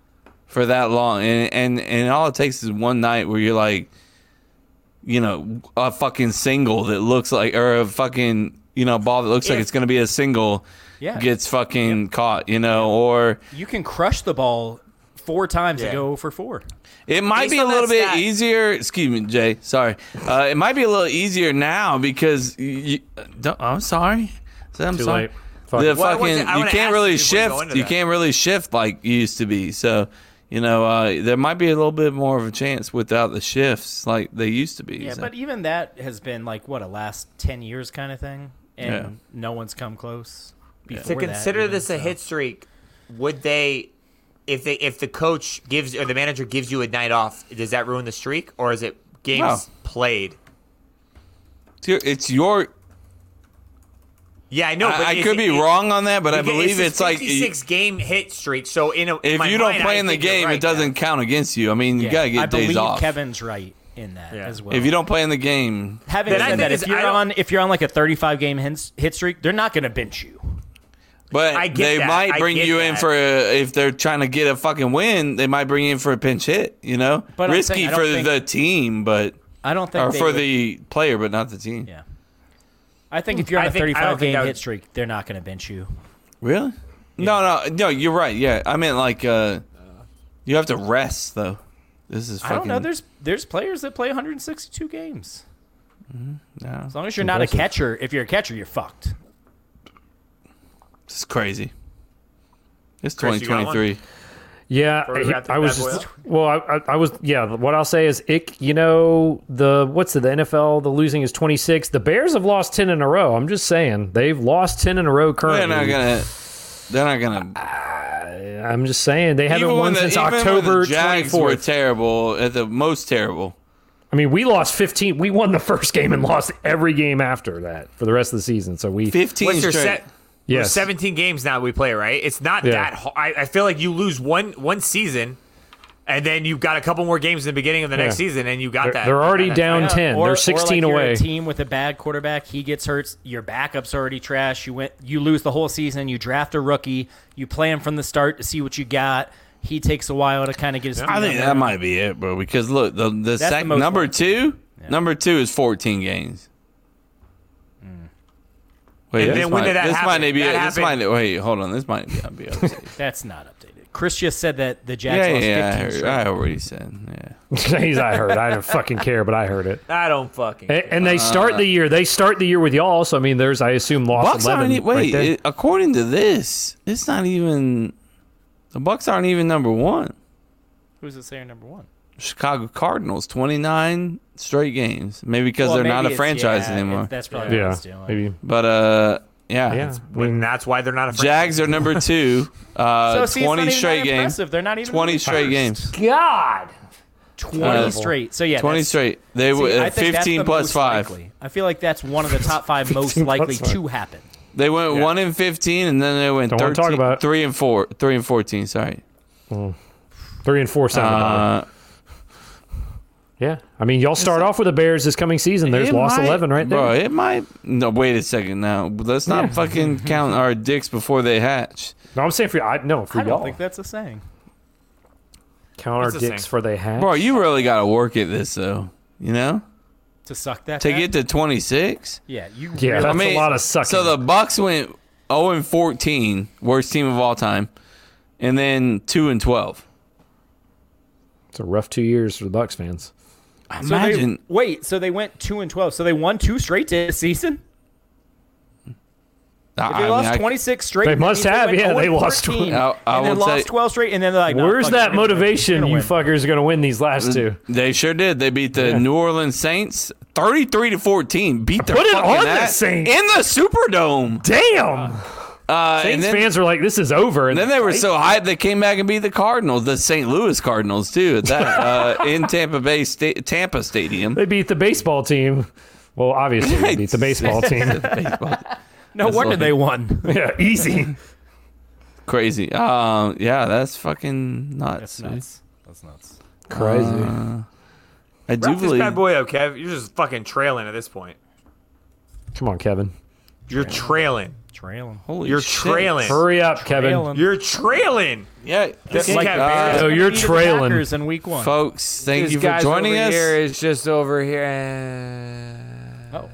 [SPEAKER 2] for that long and, and and all it takes is one night where you're like you know a fucking single that looks like or a fucking you know ball that looks like
[SPEAKER 6] If-
[SPEAKER 2] it's going to be a single
[SPEAKER 6] Yeah.
[SPEAKER 2] gets fucking caught you know or
[SPEAKER 6] You can crush the ball four times and go for four.
[SPEAKER 2] It might
[SPEAKER 8] Based
[SPEAKER 2] be a
[SPEAKER 8] on
[SPEAKER 2] little
[SPEAKER 8] that
[SPEAKER 2] bit
[SPEAKER 8] stat-
[SPEAKER 2] easier. Excuse me, Jay. Sorry. Uh, it might be a little easier now because you, don't, I'm sorry. So I'm
[SPEAKER 3] Too
[SPEAKER 2] sorry.
[SPEAKER 3] late. Fuck
[SPEAKER 2] The
[SPEAKER 3] it.
[SPEAKER 8] Well, I
[SPEAKER 2] fucking
[SPEAKER 8] wasn't- I
[SPEAKER 2] you
[SPEAKER 8] wanna
[SPEAKER 2] can't
[SPEAKER 8] ask
[SPEAKER 2] really
[SPEAKER 8] if we go
[SPEAKER 2] shift.
[SPEAKER 8] into
[SPEAKER 2] You
[SPEAKER 8] that.
[SPEAKER 2] can't really shift like you used to be. So you know uh, there might be a little bit more of a chance without the shifts like they used to be.
[SPEAKER 6] Yeah,
[SPEAKER 2] So-
[SPEAKER 6] but even that has been like what a last ten years kind of thing, and
[SPEAKER 2] Yeah.
[SPEAKER 6] no one's come close.
[SPEAKER 8] To
[SPEAKER 6] before that,
[SPEAKER 8] consider
[SPEAKER 6] even,
[SPEAKER 8] this a
[SPEAKER 6] so.
[SPEAKER 8] hit streak, would they? If they, if the coach gives or the manager gives you a night off, does that ruin the streak or is it games
[SPEAKER 2] No.
[SPEAKER 8] played?
[SPEAKER 2] It's your- it's your.
[SPEAKER 8] Yeah, I know. But
[SPEAKER 2] I, I
[SPEAKER 8] is
[SPEAKER 2] could
[SPEAKER 8] it-
[SPEAKER 2] be
[SPEAKER 8] it-
[SPEAKER 2] wrong on that, but I
[SPEAKER 8] because
[SPEAKER 2] believe
[SPEAKER 8] a
[SPEAKER 2] it's like
[SPEAKER 8] 56 game hit streak. So in a, in
[SPEAKER 2] if
[SPEAKER 8] my
[SPEAKER 2] you don't
[SPEAKER 8] mind,
[SPEAKER 2] play
[SPEAKER 8] I
[SPEAKER 2] in the
[SPEAKER 8] think you're
[SPEAKER 2] game,
[SPEAKER 8] right,
[SPEAKER 2] it doesn't
[SPEAKER 8] Kev.
[SPEAKER 2] count against you. I mean, you
[SPEAKER 6] Yeah,
[SPEAKER 2] gotta get
[SPEAKER 6] I
[SPEAKER 2] days
[SPEAKER 6] believe
[SPEAKER 2] off.
[SPEAKER 6] Kevin's right, in that
[SPEAKER 8] Yeah.
[SPEAKER 6] as well.
[SPEAKER 2] If you don't play in the game,
[SPEAKER 6] having
[SPEAKER 8] Then
[SPEAKER 6] said
[SPEAKER 8] I think
[SPEAKER 6] that,
[SPEAKER 8] it's-
[SPEAKER 6] if you're
[SPEAKER 8] I don't-
[SPEAKER 6] on if you're on like a 35 game hit, hit streak, they're not going to bench you.
[SPEAKER 2] but
[SPEAKER 8] I get
[SPEAKER 2] they
[SPEAKER 8] that.
[SPEAKER 2] might
[SPEAKER 8] I
[SPEAKER 2] bring
[SPEAKER 8] get
[SPEAKER 2] you in
[SPEAKER 8] that.
[SPEAKER 2] for a, if they're trying to get a fucking win, they might bring you in for a pinch hit. You know,
[SPEAKER 6] But I'm
[SPEAKER 2] risky
[SPEAKER 6] saying I
[SPEAKER 2] for
[SPEAKER 6] don't think-
[SPEAKER 2] the team, but
[SPEAKER 6] I don't think
[SPEAKER 2] or
[SPEAKER 6] they
[SPEAKER 2] for
[SPEAKER 6] would-
[SPEAKER 2] the player, but not the team.
[SPEAKER 6] yeah. I think if you're on
[SPEAKER 8] I
[SPEAKER 6] a
[SPEAKER 8] think- I
[SPEAKER 6] 35
[SPEAKER 8] don't think
[SPEAKER 6] game
[SPEAKER 8] that would-
[SPEAKER 6] hit streak, they're not going to bench you.
[SPEAKER 2] Really? No, no, no. You're right. Yeah, I meant like uh, you have to rest though. This is fucking.
[SPEAKER 6] I don't know. There's there's players that play 162 games.
[SPEAKER 2] no,
[SPEAKER 6] As long as you're not a
[SPEAKER 3] Impressive.
[SPEAKER 6] catcher, if you're a catcher, you're fucked.
[SPEAKER 2] it's crazy. It's
[SPEAKER 8] Chris, you got one?
[SPEAKER 2] 2023.
[SPEAKER 3] Yeah,
[SPEAKER 8] Before we wrap
[SPEAKER 3] I,
[SPEAKER 8] this
[SPEAKER 3] I was
[SPEAKER 8] bad boy
[SPEAKER 3] just well. I, I, I was yeah. What I'll say is, ick. You know the what's it, the NFL? The losing is twenty six. The Bears have lost ten in a row. I'm just saying they've lost ten in a row
[SPEAKER 2] They're
[SPEAKER 3] currently.
[SPEAKER 2] not gonna. They're not gonna.
[SPEAKER 3] I'm just saying they haven't
[SPEAKER 2] when
[SPEAKER 3] won
[SPEAKER 2] the-
[SPEAKER 3] since
[SPEAKER 2] even when
[SPEAKER 3] October
[SPEAKER 2] the
[SPEAKER 3] twenty
[SPEAKER 2] Jags were
[SPEAKER 3] fourth.
[SPEAKER 2] terrible at the most terrible.
[SPEAKER 3] I mean, we lost fifteen. We won the first game and lost every game after that for the rest of the season. So we
[SPEAKER 2] 15
[SPEAKER 8] What's your
[SPEAKER 2] straight.
[SPEAKER 8] set?
[SPEAKER 3] yes.
[SPEAKER 8] 17 games now we play, right? It's not
[SPEAKER 3] Yeah.
[SPEAKER 8] that hard. I, I feel like you lose one one season, and then you've got a couple more games in the beginning of the next
[SPEAKER 3] Yeah.
[SPEAKER 8] season, and you got
[SPEAKER 3] They're,
[SPEAKER 8] that.
[SPEAKER 3] they're already down
[SPEAKER 6] Yeah,
[SPEAKER 3] ten.
[SPEAKER 6] Uh, or-
[SPEAKER 3] they're
[SPEAKER 6] or
[SPEAKER 3] sixteen
[SPEAKER 6] like you're
[SPEAKER 3] away.
[SPEAKER 6] A team with a bad quarterback, he gets hurt. Your backup's already trash. You went, you lose the whole season. You draft a rookie. You play him from the start to see what you got. He takes a while to kind of get his.
[SPEAKER 2] I think that might be it, bro. Because look, the the
[SPEAKER 6] the
[SPEAKER 2] sec-
[SPEAKER 6] most
[SPEAKER 2] number
[SPEAKER 6] likely.
[SPEAKER 2] two, number two is 14 games. Wait,
[SPEAKER 8] And
[SPEAKER 2] this
[SPEAKER 8] then when
[SPEAKER 2] might,
[SPEAKER 8] did that
[SPEAKER 2] this
[SPEAKER 8] happen?
[SPEAKER 2] might be
[SPEAKER 8] That
[SPEAKER 2] this
[SPEAKER 8] happened-
[SPEAKER 2] might wait hold on this might be, be upset.
[SPEAKER 6] That's not updated. Chris just said that the Jags
[SPEAKER 2] yeah yeah,
[SPEAKER 6] lost
[SPEAKER 2] yeah, I,
[SPEAKER 6] 15
[SPEAKER 2] heard,
[SPEAKER 6] straight.
[SPEAKER 2] I already said yeah
[SPEAKER 3] Jeez, I heard. I don't fucking care, but I heard it.
[SPEAKER 8] I don't fucking.
[SPEAKER 3] And, and they start the year. They start the year with y'all. So I mean, there's I assume loss
[SPEAKER 2] Bucks
[SPEAKER 3] eleven.
[SPEAKER 2] aren't e- wait
[SPEAKER 3] right there.
[SPEAKER 2] it- according to this it's not even the Bucks aren't even number one
[SPEAKER 6] Who's it saying number one?
[SPEAKER 2] Chicago Cardinals 29 straight games maybe because
[SPEAKER 6] Well,
[SPEAKER 2] they're
[SPEAKER 6] maybe
[SPEAKER 2] not a
[SPEAKER 6] it's-
[SPEAKER 2] franchise
[SPEAKER 6] yeah,
[SPEAKER 2] anymore
[SPEAKER 6] That's probably what it's
[SPEAKER 3] yeah,
[SPEAKER 6] doing.
[SPEAKER 3] maybe.
[SPEAKER 2] but uh
[SPEAKER 3] Yeah,
[SPEAKER 8] When that's why they're not a franchise.
[SPEAKER 2] Jags are number two. Uh,
[SPEAKER 6] So, see, it's not
[SPEAKER 2] 20
[SPEAKER 6] even that
[SPEAKER 2] straight games.
[SPEAKER 6] impressive. They're not even
[SPEAKER 2] 20
[SPEAKER 6] really
[SPEAKER 2] straight
[SPEAKER 6] first.
[SPEAKER 2] games.
[SPEAKER 3] God.
[SPEAKER 6] 20
[SPEAKER 2] Terrible.
[SPEAKER 6] straight. So yeah,
[SPEAKER 2] 20
[SPEAKER 6] that's-
[SPEAKER 2] straight. They
[SPEAKER 6] see,
[SPEAKER 2] were
[SPEAKER 6] I
[SPEAKER 2] uh,
[SPEAKER 6] think that's
[SPEAKER 2] 15
[SPEAKER 6] the
[SPEAKER 2] plus
[SPEAKER 6] most
[SPEAKER 2] 5.
[SPEAKER 6] likely. I feel like that's one of the top five most
[SPEAKER 3] 15 plus
[SPEAKER 6] likely
[SPEAKER 3] five.
[SPEAKER 6] to happen.
[SPEAKER 2] They went 1 and 15 and then they went
[SPEAKER 3] Don't wanna
[SPEAKER 2] 13,
[SPEAKER 3] talk about it.
[SPEAKER 2] 3 and 4, 3 and 14, sorry.
[SPEAKER 3] Three and four sound about
[SPEAKER 2] Uh,
[SPEAKER 3] it. Yeah, I mean, y'all start off with the Bears this coming season. There's
[SPEAKER 2] it
[SPEAKER 3] loss
[SPEAKER 2] might-
[SPEAKER 3] eleven right there.
[SPEAKER 2] Bro, it might No, wait a second now. Let's not
[SPEAKER 3] Yeah.
[SPEAKER 2] fucking count our dicks before they hatch.
[SPEAKER 3] No, I'm saying for I no for
[SPEAKER 6] I don't
[SPEAKER 3] y'all.
[SPEAKER 6] think that's a saying.
[SPEAKER 3] Count our
[SPEAKER 8] It's the
[SPEAKER 3] dicks
[SPEAKER 8] same.
[SPEAKER 3] for they have.
[SPEAKER 2] Bro, you really got to work at this though, you know?
[SPEAKER 6] To suck that.
[SPEAKER 2] To
[SPEAKER 6] bad?
[SPEAKER 2] get to 26.
[SPEAKER 6] yeah, you
[SPEAKER 3] yeah,
[SPEAKER 6] really-
[SPEAKER 3] that's a lot of sucking.
[SPEAKER 2] So the Bucks went 0 and 14, worst team of all time, and then 2 and 12.
[SPEAKER 3] it's a rough two years for the Bucks fans.
[SPEAKER 6] so they-
[SPEAKER 2] Imagine
[SPEAKER 6] wait, so they went two and twelve. So they won two straight this season. If they
[SPEAKER 2] I,
[SPEAKER 6] lost
[SPEAKER 2] mean, I-
[SPEAKER 6] twenty six straight.
[SPEAKER 3] They
[SPEAKER 6] that
[SPEAKER 3] must
[SPEAKER 6] means
[SPEAKER 3] have,
[SPEAKER 6] went
[SPEAKER 3] yeah,
[SPEAKER 6] 0 and
[SPEAKER 3] they lost
[SPEAKER 6] 14,
[SPEAKER 2] 20. I- I
[SPEAKER 6] oh, and then
[SPEAKER 2] will
[SPEAKER 6] lost
[SPEAKER 2] say-
[SPEAKER 6] twelve straight, and then they're like, nah,
[SPEAKER 3] Where's
[SPEAKER 6] fuck it,
[SPEAKER 3] that
[SPEAKER 6] we're gonna win. We're
[SPEAKER 3] motivation?
[SPEAKER 6] gonna
[SPEAKER 3] You
[SPEAKER 6] win.
[SPEAKER 3] fuckers are going to win these last two.
[SPEAKER 2] They sure did. They beat the New Orleans Saints 33 to 14. Beat their
[SPEAKER 3] Put it
[SPEAKER 2] fucking
[SPEAKER 3] on the
[SPEAKER 2] ass
[SPEAKER 3] Saints.
[SPEAKER 2] in the Superdome. Uh,
[SPEAKER 3] Damn,
[SPEAKER 2] and
[SPEAKER 3] Saints
[SPEAKER 2] then,
[SPEAKER 3] fans are like, this is over. And
[SPEAKER 2] then they were so hyped they came back and beat the Cardinals, the St. Louis Cardinals too, at that uh, in Tampa Bay sta- Tampa Stadium.
[SPEAKER 3] they beat the baseball team. Well, obviously, they beat the baseball team.
[SPEAKER 2] Baseball.
[SPEAKER 6] No wonder
[SPEAKER 2] like-
[SPEAKER 6] they won.
[SPEAKER 3] yeah, easy.
[SPEAKER 2] Crazy. Uh, yeah, that's fucking nuts. dude.
[SPEAKER 6] That's nuts.
[SPEAKER 3] Crazy.
[SPEAKER 2] I do
[SPEAKER 8] Wrap this
[SPEAKER 2] believe
[SPEAKER 8] bad boy up, Kev. You're just fucking trailing at this point.
[SPEAKER 3] Come on, Kevin.
[SPEAKER 8] You're trailing.
[SPEAKER 6] Trailing.
[SPEAKER 2] Holy
[SPEAKER 8] You're
[SPEAKER 2] shit.
[SPEAKER 8] trailing.
[SPEAKER 3] Hurry up, Kevin.
[SPEAKER 8] You're trailing.
[SPEAKER 2] Yeah,
[SPEAKER 8] This
[SPEAKER 2] okay,
[SPEAKER 8] like
[SPEAKER 2] guys.
[SPEAKER 8] Bears.
[SPEAKER 3] So you're trailing.
[SPEAKER 6] in week one.
[SPEAKER 2] folks. Thank you for joining us.
[SPEAKER 8] is just over here.
[SPEAKER 6] Oh.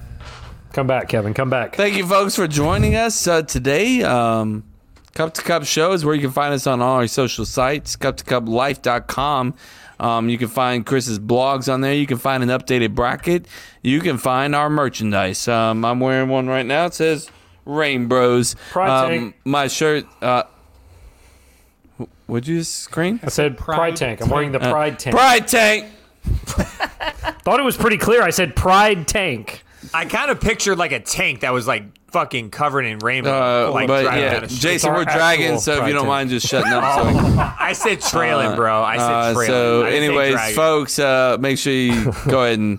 [SPEAKER 3] Come back, Kevin. Come back.
[SPEAKER 2] Thank you, folks, for joining us uh, today. Um, Cup to Cup Show is where you can find us on all our social sites, cup to cuplife.com. Um, you can find Chris's blogs on there. You can find an updated bracket. You can find our merchandise. Um, I'm wearing one right now. It says Rain Bros.
[SPEAKER 3] Pride
[SPEAKER 2] Um,
[SPEAKER 3] tank.
[SPEAKER 2] my shirt. Uh, w- would you scream?
[SPEAKER 3] I said pride, tank. I'm wearing the pride tank.
[SPEAKER 2] Pride Tank.
[SPEAKER 3] Thought it was pretty clear. I said pride tank.
[SPEAKER 8] I kind of pictured like a tank that was like fucking covered in rainbow.
[SPEAKER 2] Uh,
[SPEAKER 8] like
[SPEAKER 2] but
[SPEAKER 8] driving
[SPEAKER 2] yeah,
[SPEAKER 8] down a street.
[SPEAKER 2] Jason,
[SPEAKER 3] our
[SPEAKER 2] we're dragging,
[SPEAKER 3] actual
[SPEAKER 2] so if you
[SPEAKER 3] Pride
[SPEAKER 2] don't
[SPEAKER 3] Tank.
[SPEAKER 2] mind just shutting up. So we can
[SPEAKER 8] I said trailing, Oh, bro. I
[SPEAKER 2] Uh,
[SPEAKER 8] said trailing.
[SPEAKER 2] so,
[SPEAKER 8] I didn't say
[SPEAKER 2] anyways,
[SPEAKER 8] dragon.
[SPEAKER 2] folks, uh, make sure you go ahead and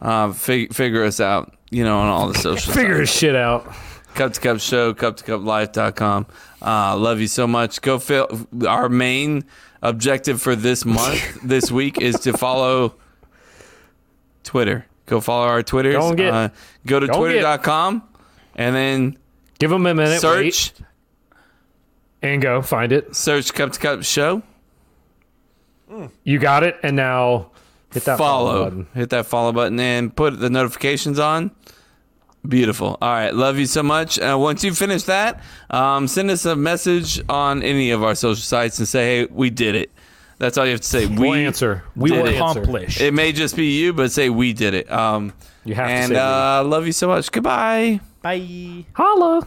[SPEAKER 2] uh, fig- figure us out. You know, on all the social
[SPEAKER 3] Figure his shit out.
[SPEAKER 2] Cup to Cup Show, Cup to Cup Life.com. Uh, love you so much. Go fill our main objective for this month, this week, is to follow Twitter. Go follow our Twitters.
[SPEAKER 3] Don't get-
[SPEAKER 2] uh, go to
[SPEAKER 3] don't get-
[SPEAKER 2] twitter.com and then
[SPEAKER 3] Give them a minute.
[SPEAKER 2] search
[SPEAKER 3] Wait, and go find it.
[SPEAKER 2] search Cup to Cup Show.
[SPEAKER 3] You got it. And now hit that follow, button.
[SPEAKER 2] Hit that follow button and put the notifications on. Beautiful. All right. Love you so much. Uh, once you finish that, um, send us a message on any of our social sites and say, hey, we did it. That's all you have to say.
[SPEAKER 3] We'll answer. We
[SPEAKER 2] did
[SPEAKER 3] will
[SPEAKER 2] it.
[SPEAKER 3] answer.
[SPEAKER 6] Accomplish.
[SPEAKER 2] It may just be you, but say, we did it. Um,
[SPEAKER 3] You have to
[SPEAKER 2] and
[SPEAKER 3] say we.
[SPEAKER 2] uh, love you so much. Goodbye.
[SPEAKER 6] Bye.
[SPEAKER 3] Holla.